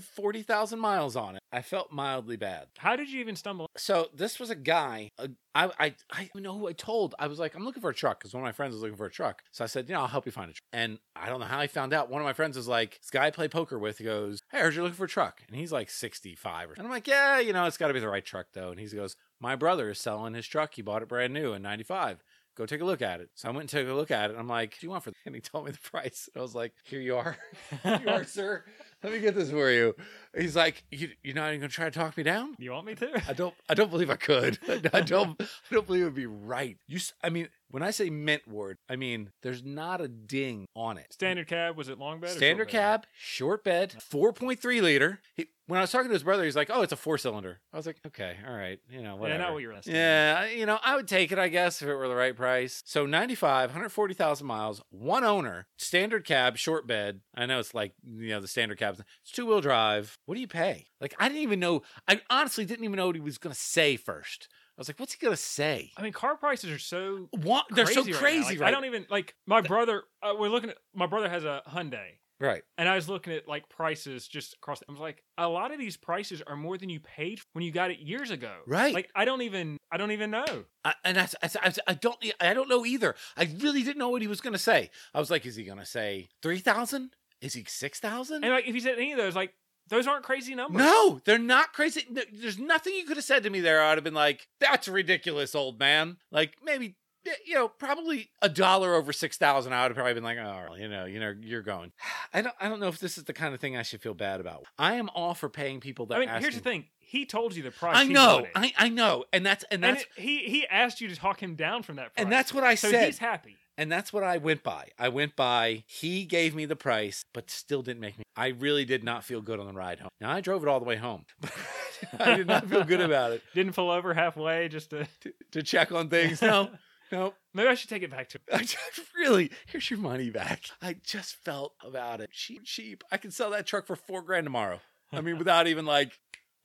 [SPEAKER 1] 140,000 miles on it. I felt mildly bad.
[SPEAKER 2] how did you even stumble?
[SPEAKER 1] So this was a guy. a- I I I don't know who I told. I was like, I'm looking for a truck because one of my friends was looking for a truck. So I said, you know, I'll help you find a truck. And I don't know how I found out. One of my friends was like, this guy I play poker with he goes, hey, I heard you're looking for a truck, and he's like 65 or. And I'm like, yeah, you know, it's got to be the right truck though. And he goes, my brother is selling his truck. He bought it brand new in '95. Go take a look at it. So I went and took a look at it. I'm like, what do you want for that? And he told me the price. And I was like, here you are. here you are, sir. Let me get this for you. He's like, you, you're not even going to try to talk me down?
[SPEAKER 2] You want me to?
[SPEAKER 1] I don't. I don't believe I could. I don't. I don't believe it would be right. You. s- I mean, when I say mint word, I mean there's not a ding on it.
[SPEAKER 2] Standard cab. Was it long bed? or
[SPEAKER 1] Standard
[SPEAKER 2] short bed?
[SPEAKER 1] cab, short bed, 4.3 liter. He, when I was talking to his brother, he's like, "Oh, it's a four cylinder." I was like, "Okay, all right, you know,
[SPEAKER 2] Yeah,
[SPEAKER 1] whatever."
[SPEAKER 2] not what you're asking.
[SPEAKER 1] Yeah, I- you know, I would take it, I guess, if it were the right price. So 95, 140,000 miles, one owner, standard cab, short bed. I know it's like, you know, the standard cabs. It's two wheel drive. What do you pay? Like, I didn't even know. I honestly didn't even know what he was going to say first. I was like, what's he going to say?
[SPEAKER 2] I mean, car prices are so
[SPEAKER 1] What? They're so
[SPEAKER 2] crazy
[SPEAKER 1] crazy,
[SPEAKER 2] now. Like,
[SPEAKER 1] right?
[SPEAKER 2] I don't e even like my brother. Uh, we're looking at my brother has a Hyundai,
[SPEAKER 1] right.
[SPEAKER 2] and I was looking at like prices just across. I was like, a lot of these prices are more than you paid when you got it years ago.
[SPEAKER 1] Right.
[SPEAKER 2] Like I don't even I don't even know.
[SPEAKER 1] I, and I, I, I, I don't e, I don't know either. I really didn't know what he was going to say. I was like, is he going to say 3,000? Is he 6,000?
[SPEAKER 2] And like if you said any of those, like those aren't crazy numbers.
[SPEAKER 1] No, they're not crazy. No, There's nothing you could have said to me there. I'd have been like, that's ridiculous, old man. Like maybe, you know, probably a dollar over 6,000. I would have probably been like, oh, you know, you know, you're going. I don't, I don't know if this is the kind of thing I should feel bad about. I am all for paying people that
[SPEAKER 2] I mean,
[SPEAKER 1] ask
[SPEAKER 2] here's the
[SPEAKER 1] me-
[SPEAKER 2] thing. He told you the price.
[SPEAKER 1] I
[SPEAKER 2] he
[SPEAKER 1] know,
[SPEAKER 2] wanted.
[SPEAKER 1] I, I know. And that's, and
[SPEAKER 2] and
[SPEAKER 1] that's,
[SPEAKER 2] it- he he asked you to talk him down from that price.
[SPEAKER 1] and that's what I
[SPEAKER 2] so
[SPEAKER 1] said.
[SPEAKER 2] he's happy.
[SPEAKER 1] And that's what I went by. I went by, he gave me the price, but still didn't make me. I really did not feel good on the ride home. Now, I drove it all the way home, but I did not feel good about it
[SPEAKER 2] Didn't pull over halfway just to
[SPEAKER 1] to check on things. No, no.
[SPEAKER 2] maybe I should take it back to
[SPEAKER 1] I just really, here's your money back. I just felt about it. Cheap, cheap. I can sell that truck for four grand tomorrow. I mean, without even like,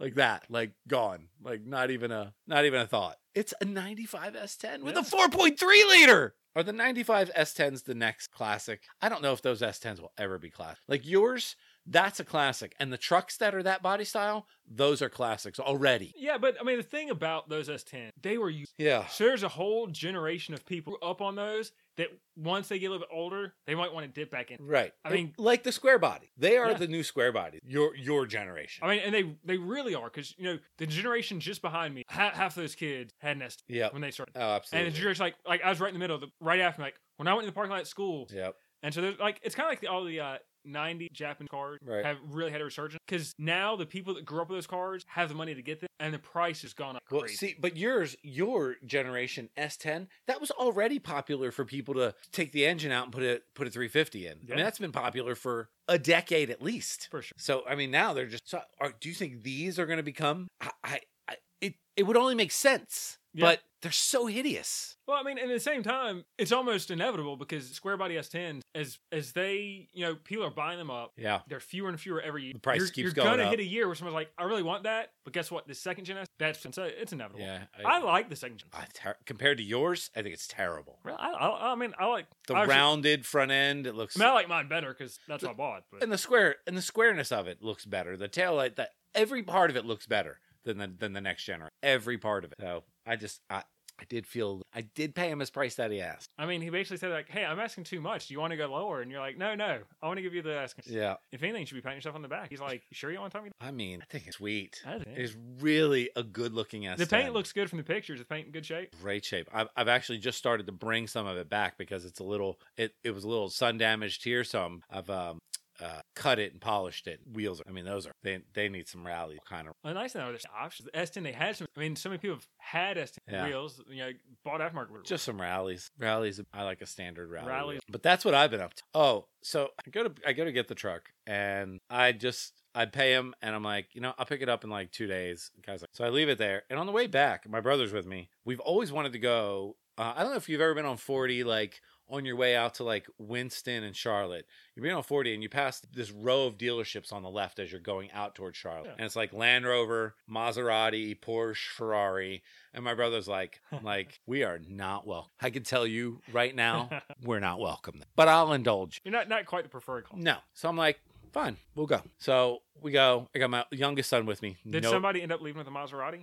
[SPEAKER 1] like that, like gone, like not even a, not even a thought. It's a 95 S10 with a
[SPEAKER 2] Yeah.
[SPEAKER 1] 4.3 liter. Are the 95 S10s the next classic? I don't know if those S10s will ever be classic. Like yours, that's a classic. And the trucks that are that body style, those are classics already.
[SPEAKER 2] Yeah, but I mean the thing about those S10, they were used.
[SPEAKER 1] Yeah.
[SPEAKER 2] So there's a whole generation of people up on those that once they get a little bit older, they might want to dip back in.
[SPEAKER 1] Right.
[SPEAKER 2] I mean-
[SPEAKER 1] like the square body. They are
[SPEAKER 2] Yeah.
[SPEAKER 1] the new square body. Your your generation.
[SPEAKER 2] I mean, and they they really are because you know the generation just behind me, ha- half those kids had an S10
[SPEAKER 1] Yep.
[SPEAKER 2] when they started,
[SPEAKER 1] Oh, absolutely.
[SPEAKER 2] and the generation like like I was right in the middle, of the, right after me, like when I went in the parking lot at school,
[SPEAKER 1] Yep.
[SPEAKER 2] and so there's like it's kind of like the, all the. uh 90 Japanese cars
[SPEAKER 1] Right.
[SPEAKER 2] have really had a resurgence because now the people that grew up with those cars have the money to get them and the price has gone up
[SPEAKER 1] Well,
[SPEAKER 2] crazy.
[SPEAKER 1] see, but yours, your generation S10, that was already popular for people to take the engine out and put a put a 350 in. I
[SPEAKER 2] Yeah.
[SPEAKER 1] mean, that's been popular for a decade at least.
[SPEAKER 2] for sure.
[SPEAKER 1] So, I mean, now they're just. So, are, do you think these are going to become? I, I, I, it it would only make sense,
[SPEAKER 2] Yeah.
[SPEAKER 1] but they're so hideous.
[SPEAKER 2] Well, I mean, and at the same time, it's almost inevitable because square body S10, as as they, you know, people are buying them up.
[SPEAKER 1] Yeah.
[SPEAKER 2] They're fewer and fewer every year.
[SPEAKER 1] The price
[SPEAKER 2] you're,
[SPEAKER 1] keeps
[SPEAKER 2] you're
[SPEAKER 1] going
[SPEAKER 2] gonna
[SPEAKER 1] up.
[SPEAKER 2] hit a year where someone's like, "I really want that," but guess what? The second gen S, that's so it's inevitable.
[SPEAKER 1] Yeah.
[SPEAKER 2] I, like the second gen.
[SPEAKER 1] I ter- compared to yours, I think it's terrible.
[SPEAKER 2] Really, I, I, I mean, I like
[SPEAKER 1] The
[SPEAKER 2] I actually-
[SPEAKER 1] rounded front end, it looks
[SPEAKER 2] I mean, I like mine better because that's what I bought. But
[SPEAKER 1] and the square and the squareness of it looks better. The tail light, that every part of it looks better than the than the next generation. Every part of it. So I just I I did feel I did pay him his price that he asked.
[SPEAKER 2] I mean, he basically said like, "Hey, I'm asking too much. Do you want to go lower?" And you're like, "No, no, I want to give you the asking.
[SPEAKER 1] Yeah,
[SPEAKER 2] If anything, you should be patting yourself on the back." He's like, "You sure you want to tell me?"
[SPEAKER 1] I mean I think it's sweet.
[SPEAKER 2] That is it.
[SPEAKER 1] It's really a good looking ass.
[SPEAKER 2] The paint looks good from the pictures. The paint in good shape.
[SPEAKER 1] great shape. I've, I've actually just started to bring some of it back because it's a little it it was a little sun damaged here, so I'm, I've um. Uh, cut it and polished it. Wheels. Are, I mean, those are they. They need some rally kind of.
[SPEAKER 2] Well, the nice thing though, there's options. The S10, they had some. I mean, so many people have had S10
[SPEAKER 1] Yeah.
[SPEAKER 2] wheels. You know, bought aftermarket wheels.
[SPEAKER 1] Just some rallies. Rallies. I like a standard rally.
[SPEAKER 2] Rallies.
[SPEAKER 1] wheel. But that's what I've been up to. Oh, so I go to I go to get the truck, and I just I pay him, and I'm like, you know, I'll pick it up in like two days. The Guy's like, so I leave it there, and on the way back, my brother's with me. We've always wanted to go. Uh, I don't know if you've ever been on 40, like on your way out to like Winston and Charlotte. You're being on 40 and you pass this row of dealerships on the left as you're going out towards Charlotte.
[SPEAKER 2] Yeah.
[SPEAKER 1] And it's like Land Rover, Maserati, Porsche, Ferrari. And my brother's like, like, we are not welcome. I can tell you right now, we're not welcome. But I'll indulge.
[SPEAKER 2] You're not not quite the preferred class.
[SPEAKER 1] No. So I'm like, fine, we'll go. So we go. I got my youngest son with me.
[SPEAKER 2] Did
[SPEAKER 1] no,
[SPEAKER 2] somebody end up leaving with a Maserati?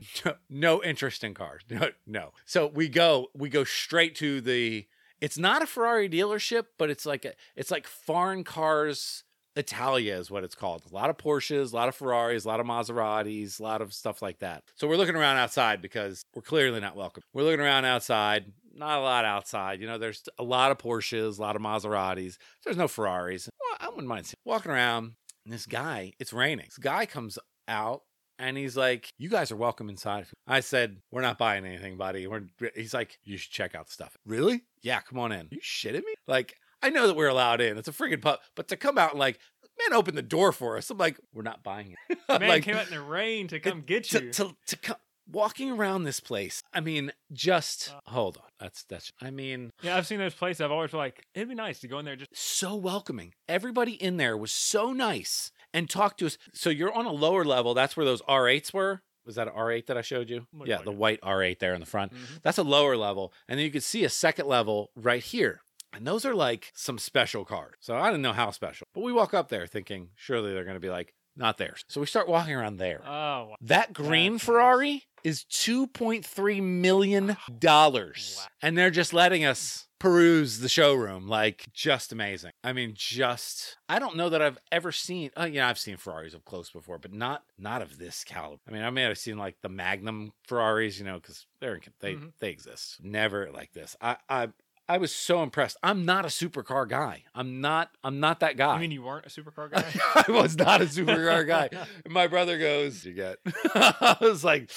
[SPEAKER 1] no interest in cars. No, no. So we go, we go straight to the it's not a Ferrari dealership, but it's like a it's like foreign cars Italia is what it's called. A lot of Porsches, a lot of Ferraris, a lot of Maseratis, a lot of stuff like that. So we're looking around outside because we're clearly not welcome. We're looking around outside. not a lot outside. You know, there's a lot of Porsches, a lot of Maseratis. There's no Ferraris. Well, I wouldn't mind seeing walking around. And this guy, it's raining. This guy comes out and he's like, "You guys are welcome inside." I said, "We're not buying anything, buddy." We're, he's like, "You should check out the stuff." Really? Yeah, come on in. You shitting me? Like, I know that we're allowed in. It's a freaking pub, but to come out and like, man, open the door for us. I'm like, we're not buying it. I'm
[SPEAKER 2] Man
[SPEAKER 1] like,
[SPEAKER 2] came out in the rain to come get
[SPEAKER 1] to
[SPEAKER 2] you.
[SPEAKER 1] to, to come. Walking around this place, I mean, just
[SPEAKER 2] Uh.
[SPEAKER 1] hold on. That's that's. I mean,
[SPEAKER 2] yeah, I've seen those places. I've always like it'd be nice to go in there. Just
[SPEAKER 1] so welcoming. Everybody in there was so nice and talked to us. So you're on a lower level. That's where those R8s were. Was that an R8 that I showed you?
[SPEAKER 2] Looked
[SPEAKER 1] yeah,
[SPEAKER 2] like
[SPEAKER 1] the
[SPEAKER 2] it.
[SPEAKER 1] white R8 there in the front.
[SPEAKER 2] Mhm.
[SPEAKER 1] That's a lower level. And then you could see a second level right here. And those are like some special cards. So I didn't know how special. But we walk up there thinking, surely they're going to be like, not theirs. So we start walking around there.
[SPEAKER 2] oh, wow.
[SPEAKER 1] That green
[SPEAKER 2] That's nice.
[SPEAKER 1] Ferrari is $2.3 million. dollars.
[SPEAKER 2] Oh, Wow.
[SPEAKER 1] And they're just letting us peruse the showroom. Like, just amazing. I mean, just, I don't know that I've ever seen, oh, yeah, I've seen Ferraris up close before, but not, not of this caliber. I mean, I may have seen like the Magnum Ferraris, you know, because they're, in- they,
[SPEAKER 2] Mhm.
[SPEAKER 1] they exist. Never like this. I, I, I was so impressed. I'm not a supercar guy. I'm not, I'm not that guy.
[SPEAKER 2] you mean you weren't a supercar guy?
[SPEAKER 1] I was not a supercar guy. And my brother goes, "You get." I was like,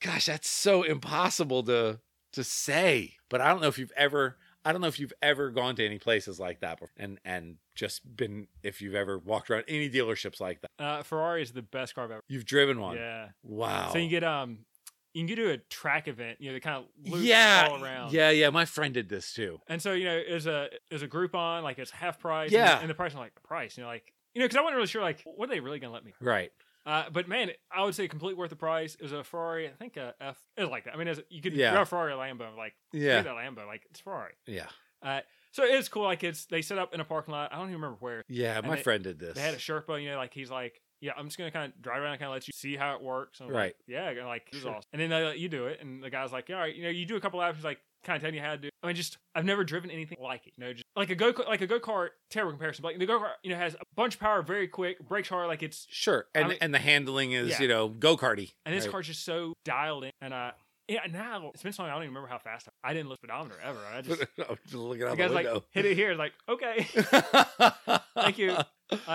[SPEAKER 1] "Gosh, that's so impossible to to say." But I don't know if you've ever. I don't know if you've ever gone to any places like that, before and and just been if you've ever walked around any dealerships like that.
[SPEAKER 2] uh, Ferrari is the best car I've ever.
[SPEAKER 1] You've driven one.
[SPEAKER 2] Yeah.
[SPEAKER 1] Wow.
[SPEAKER 2] So you get um, you can get to a track event. You know, they kind of loop
[SPEAKER 1] yeah,
[SPEAKER 2] all around.
[SPEAKER 1] yeah, yeah. My friend did this too.
[SPEAKER 2] And so you know, there's a there's a Groupon like it's half price.
[SPEAKER 1] Yeah.
[SPEAKER 2] And the, and the price I'm like the price. You know, like you know, because I wasn't really sure like what are they really gonna let me.
[SPEAKER 1] Right.
[SPEAKER 2] Uh, but man, I would say complete worth the price. It was a Ferrari. I think a F. It was like that. I mean, it was, you could
[SPEAKER 1] Yeah.
[SPEAKER 2] grab a Ferrari or Lambo. Like yeah.
[SPEAKER 1] Yeah.
[SPEAKER 2] that Lambo. Like it's Ferrari.
[SPEAKER 1] Yeah.
[SPEAKER 2] So it's cool. Like it's they set up in a parking lot. I don't even remember where.
[SPEAKER 1] Yeah. My
[SPEAKER 2] they-
[SPEAKER 1] friend did this.
[SPEAKER 2] They had a Sherpa. You know, like he's like, yeah, I'm just gonna kind of drive around, and kind of let you see how it works. And I'm
[SPEAKER 1] Right.
[SPEAKER 2] Like, yeah. And like this is
[SPEAKER 1] Sure.
[SPEAKER 2] awesome. And then they let you do it. And the guy's like, all right, you know, you do a couple laps. He's like. Kind of telling you how to do. I mean, just I've never driven anything like it. You know, just like a go like a go kart. Terrible comparison, but like the go kart, you know, has a bunch of power, very quick, brakes hard. Like it's
[SPEAKER 1] sure. And
[SPEAKER 2] I mean-
[SPEAKER 1] and the handling is
[SPEAKER 2] Yeah.
[SPEAKER 1] you know go karty.
[SPEAKER 2] And this car's just so dialed in. And uh, yeah, now it's been so long, I don't even remember how fast I, I didn't look speedometer ever. I just
[SPEAKER 1] Looking
[SPEAKER 2] the
[SPEAKER 1] out the
[SPEAKER 2] guy's like
[SPEAKER 1] window.
[SPEAKER 2] hit it here, like okay,
[SPEAKER 1] Thank
[SPEAKER 2] you. uh,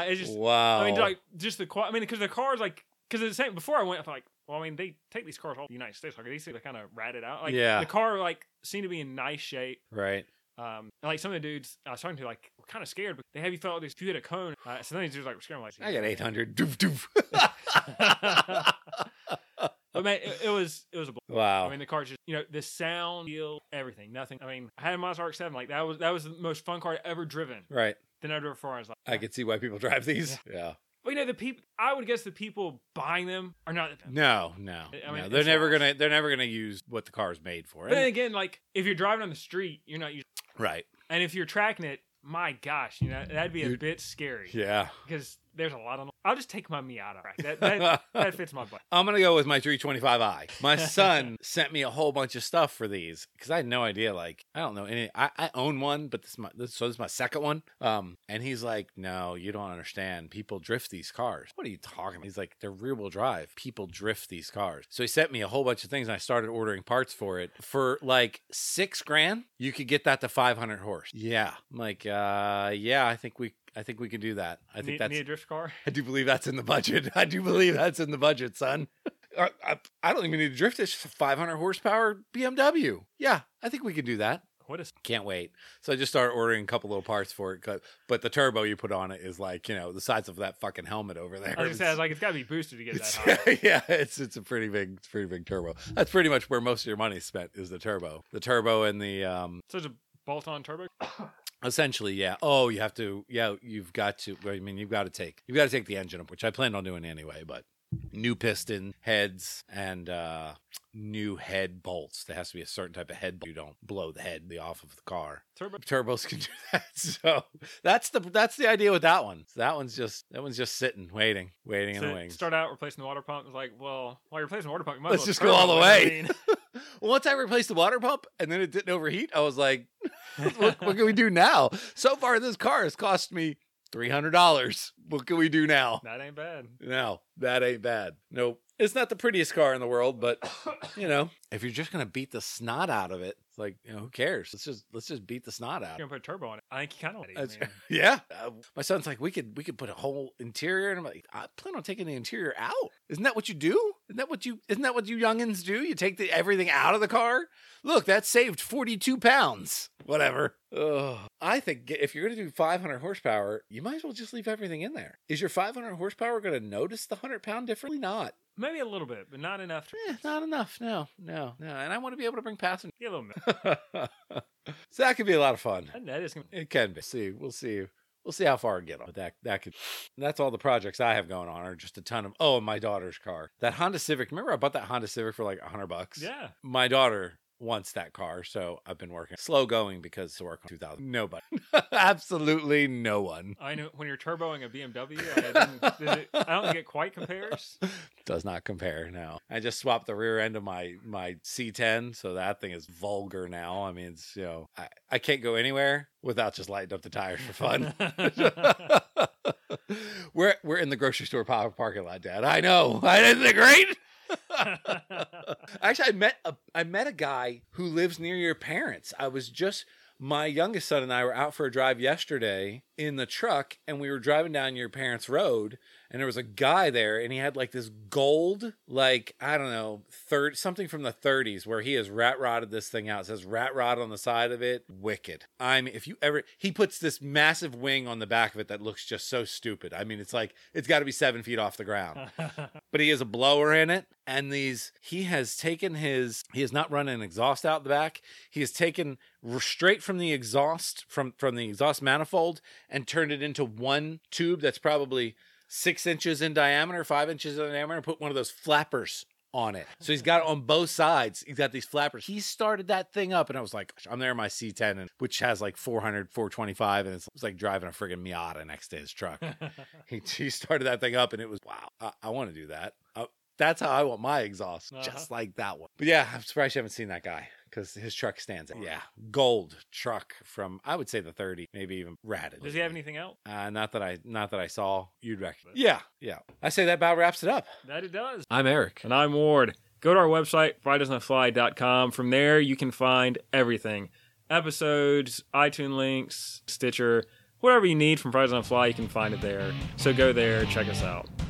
[SPEAKER 2] it's just.
[SPEAKER 1] wow.
[SPEAKER 2] I mean, like just the qual. I mean, because the cars like because the same before I went, I thought like, well, I mean, they take these cars all the United States. Like these things are kind of ratted out. Like
[SPEAKER 1] Yeah.
[SPEAKER 2] the car like seemed to be in nice shape.
[SPEAKER 1] right.
[SPEAKER 2] Um, and, like some of the dudes I was talking to, like, were kind of scared, but they have you thought this. If you hit a cone, uh, so then these dudes like were scared. I'm like,
[SPEAKER 1] I got 800. Doof, doof.
[SPEAKER 2] but man, it, it was it was a. Bl-
[SPEAKER 1] wow.
[SPEAKER 2] I mean, the car's just you know the sound, feel, everything, nothing. I mean, I had a Mazda RX-7 like that was that was the most fun car I'd ever driven.
[SPEAKER 1] right.
[SPEAKER 2] Then I drove a Ferrari. I was like,
[SPEAKER 1] I could see why people drive these. Yeah.
[SPEAKER 2] But you know, the people I would guess the people buying them are not. The
[SPEAKER 1] No, no.
[SPEAKER 2] I mean,
[SPEAKER 1] no. They're
[SPEAKER 2] it's
[SPEAKER 1] never
[SPEAKER 2] nice.
[SPEAKER 1] gonna. They're never gonna use what the car's made for.
[SPEAKER 2] But then
[SPEAKER 1] And-
[SPEAKER 2] again, like if you're driving on the street, you're not. Used-
[SPEAKER 1] right.
[SPEAKER 2] and if you're tracking it, my gosh, you know that'd be a
[SPEAKER 1] You'd-
[SPEAKER 2] bit scary.
[SPEAKER 1] Yeah.
[SPEAKER 2] Because there's a lot on. I'll just take my Miata. Right? That, that, that fits my butt.
[SPEAKER 1] I'm gonna go with my 325i. My son sent me a whole bunch of stuff for these because I had no idea. Like I don't know any. I, I own one, but this is my this, so this is my second one. Um, and he's like, "No, you don't understand. People drift these cars. What are you talking about?" He's like, "They're rear wheel drive. People drift these cars." So he sent me a whole bunch of things, and I started ordering parts for it. For like six grand, you could get that to 500 horse. Yeah, I'm like, uh, yeah, I think we. I think we can do that. I think
[SPEAKER 2] need,
[SPEAKER 1] that's
[SPEAKER 2] need a drift car.
[SPEAKER 1] I do believe that's in the budget. I do believe that's in the budget, son. I, I, I don't even need to drift this 500 horsepower BMW. Yeah, I think we could do that.
[SPEAKER 2] What is?
[SPEAKER 1] Can't wait. So I just started ordering a couple little parts for it. 'cause- But the turbo you put on it is like, you know, the size of that fucking helmet over there.
[SPEAKER 2] I was gonna say, I was like, it's got to be boosted to get that
[SPEAKER 1] It's-
[SPEAKER 2] high.
[SPEAKER 1] yeah, it's it's a pretty big, it's a pretty big turbo. That's pretty much where most of your money is spent is the turbo, the turbo and the um,
[SPEAKER 2] So it's a bolt-on turbo.
[SPEAKER 1] Essentially, yeah. Oh, you have to. Yeah, you've got to. well, I mean, you've got to take. You've got to take the engine up, which I planned on doing anyway. But new piston heads and uh new head bolts. There has to be a certain type of head. Bolt. You don't blow the head the off of the car.
[SPEAKER 2] Turbo.
[SPEAKER 1] Turbos can do that. So that's the that's the idea with that one. So that one's just that one's just sitting, waiting, waiting in the
[SPEAKER 2] So
[SPEAKER 1] wings.
[SPEAKER 2] start out replacing the water pump. It was like, well, while you're replacing the water pump, you might
[SPEAKER 1] Let's
[SPEAKER 2] as well
[SPEAKER 1] just
[SPEAKER 2] turbo
[SPEAKER 1] go all the
[SPEAKER 2] it, I
[SPEAKER 1] way.
[SPEAKER 2] mean,
[SPEAKER 1] Once I replaced the water pump and then it didn't overheat, I was like, what, what can we do now? So far, this car has cost me $300. What can we do now?
[SPEAKER 2] that ain't bad.
[SPEAKER 1] No, that ain't bad. Nope. It's not the prettiest car in the world, but you know, if you're just going to beat the snot out of it, It's like, you know, who cares? Let's just let's just beat the snot out.
[SPEAKER 2] You're gonna put turbo on it. I think he kind of. I
[SPEAKER 1] That's-
[SPEAKER 2] mean,
[SPEAKER 1] yeah. Uh, my son's like, we could we could put a whole interior, and I'm like, I plan on taking the interior out. Isn't that what you do? Isn't that what you isn't that what you youngins do? You take the everything out of the car. Look, that saved 42 pounds. Whatever. Ugh. I think if you're gonna do 500 horsepower, you might as well just leave everything in there. Is your 500 horsepower gonna notice the 100 pound difference? Probably Not.
[SPEAKER 2] maybe a little bit, but not enough. To
[SPEAKER 1] Eh, not enough. No, no, no. And I want to be able to bring passengers.
[SPEAKER 2] get a little bit.
[SPEAKER 1] so that could be a lot of fun.
[SPEAKER 2] And that is gonna-
[SPEAKER 1] It can be. See, we'll see. We'll see how far I get on. But that that could. and that's all the projects I have going on are just a ton of. Oh, and my daughter's car. That Honda Civic. Remember, I bought that Honda Civic for like a hundred bucks.
[SPEAKER 2] yeah.
[SPEAKER 1] My daughter wants that car, so I've been working slow going because to work on two thousand. Nobody. Absolutely no one.
[SPEAKER 2] I know when you're turboing a BMW, I, didn't, did it, I don't think it quite compares.
[SPEAKER 1] Does not compare. No. I just swapped the rear end of my my C10, so that thing is vulgar now. I mean, it's you know, I, I can't go anywhere without just lighting up the tires for fun. we're we're in the grocery store pa- parking lot, Dad. I know. I didn't think great. Actually, I met a I met a guy who lives near your parents. I was just my youngest son and I were out for a drive yesterday in the truck, and we were driving down your parents' road, and there was a guy there, and he had like this gold, like I don't know, third something from the 30s, where he has rat rotted this thing out. It says rat rod on the side of it. Wicked. I mean, if you ever, he puts this massive wing on the back of it that looks just so stupid. I mean, it's like it's got to be seven feet off the ground but he has a blower in it and these he has taken his he has not run an exhaust out the back he has taken r- straight from the exhaust from from the exhaust manifold and turned it into one tube that's probably six inches in diameter five inches in diameter and put one of those flappers on it so he's got it on both sides he's got these flappers he started that thing up and i was like gosh, i'm there in my c10 and, which has like 400 425 and it's, it's like driving a friggin' miata next to his truck he, he started that thing up and it was wow i, I want to do that I, that's how i want my exhaust
[SPEAKER 2] Uh-huh.
[SPEAKER 1] just like that one but yeah i'm surprised you haven't seen that guy because his truck stands out yeah gold truck from i would say the 30 maybe even ratted
[SPEAKER 2] Does he have anything else?
[SPEAKER 1] uh, not that i not that i saw you'd recognize
[SPEAKER 2] But-
[SPEAKER 1] yeah yeah i say that about wraps it up
[SPEAKER 2] That it does.
[SPEAKER 1] i'm eric
[SPEAKER 2] And I'm Ward. Go to our website, FridaysNotFly.com. From there, you can find everything episodes, iTunes links, Stitcher, whatever you need from Fridays on the Fly, you can find it there. So go there, check us out.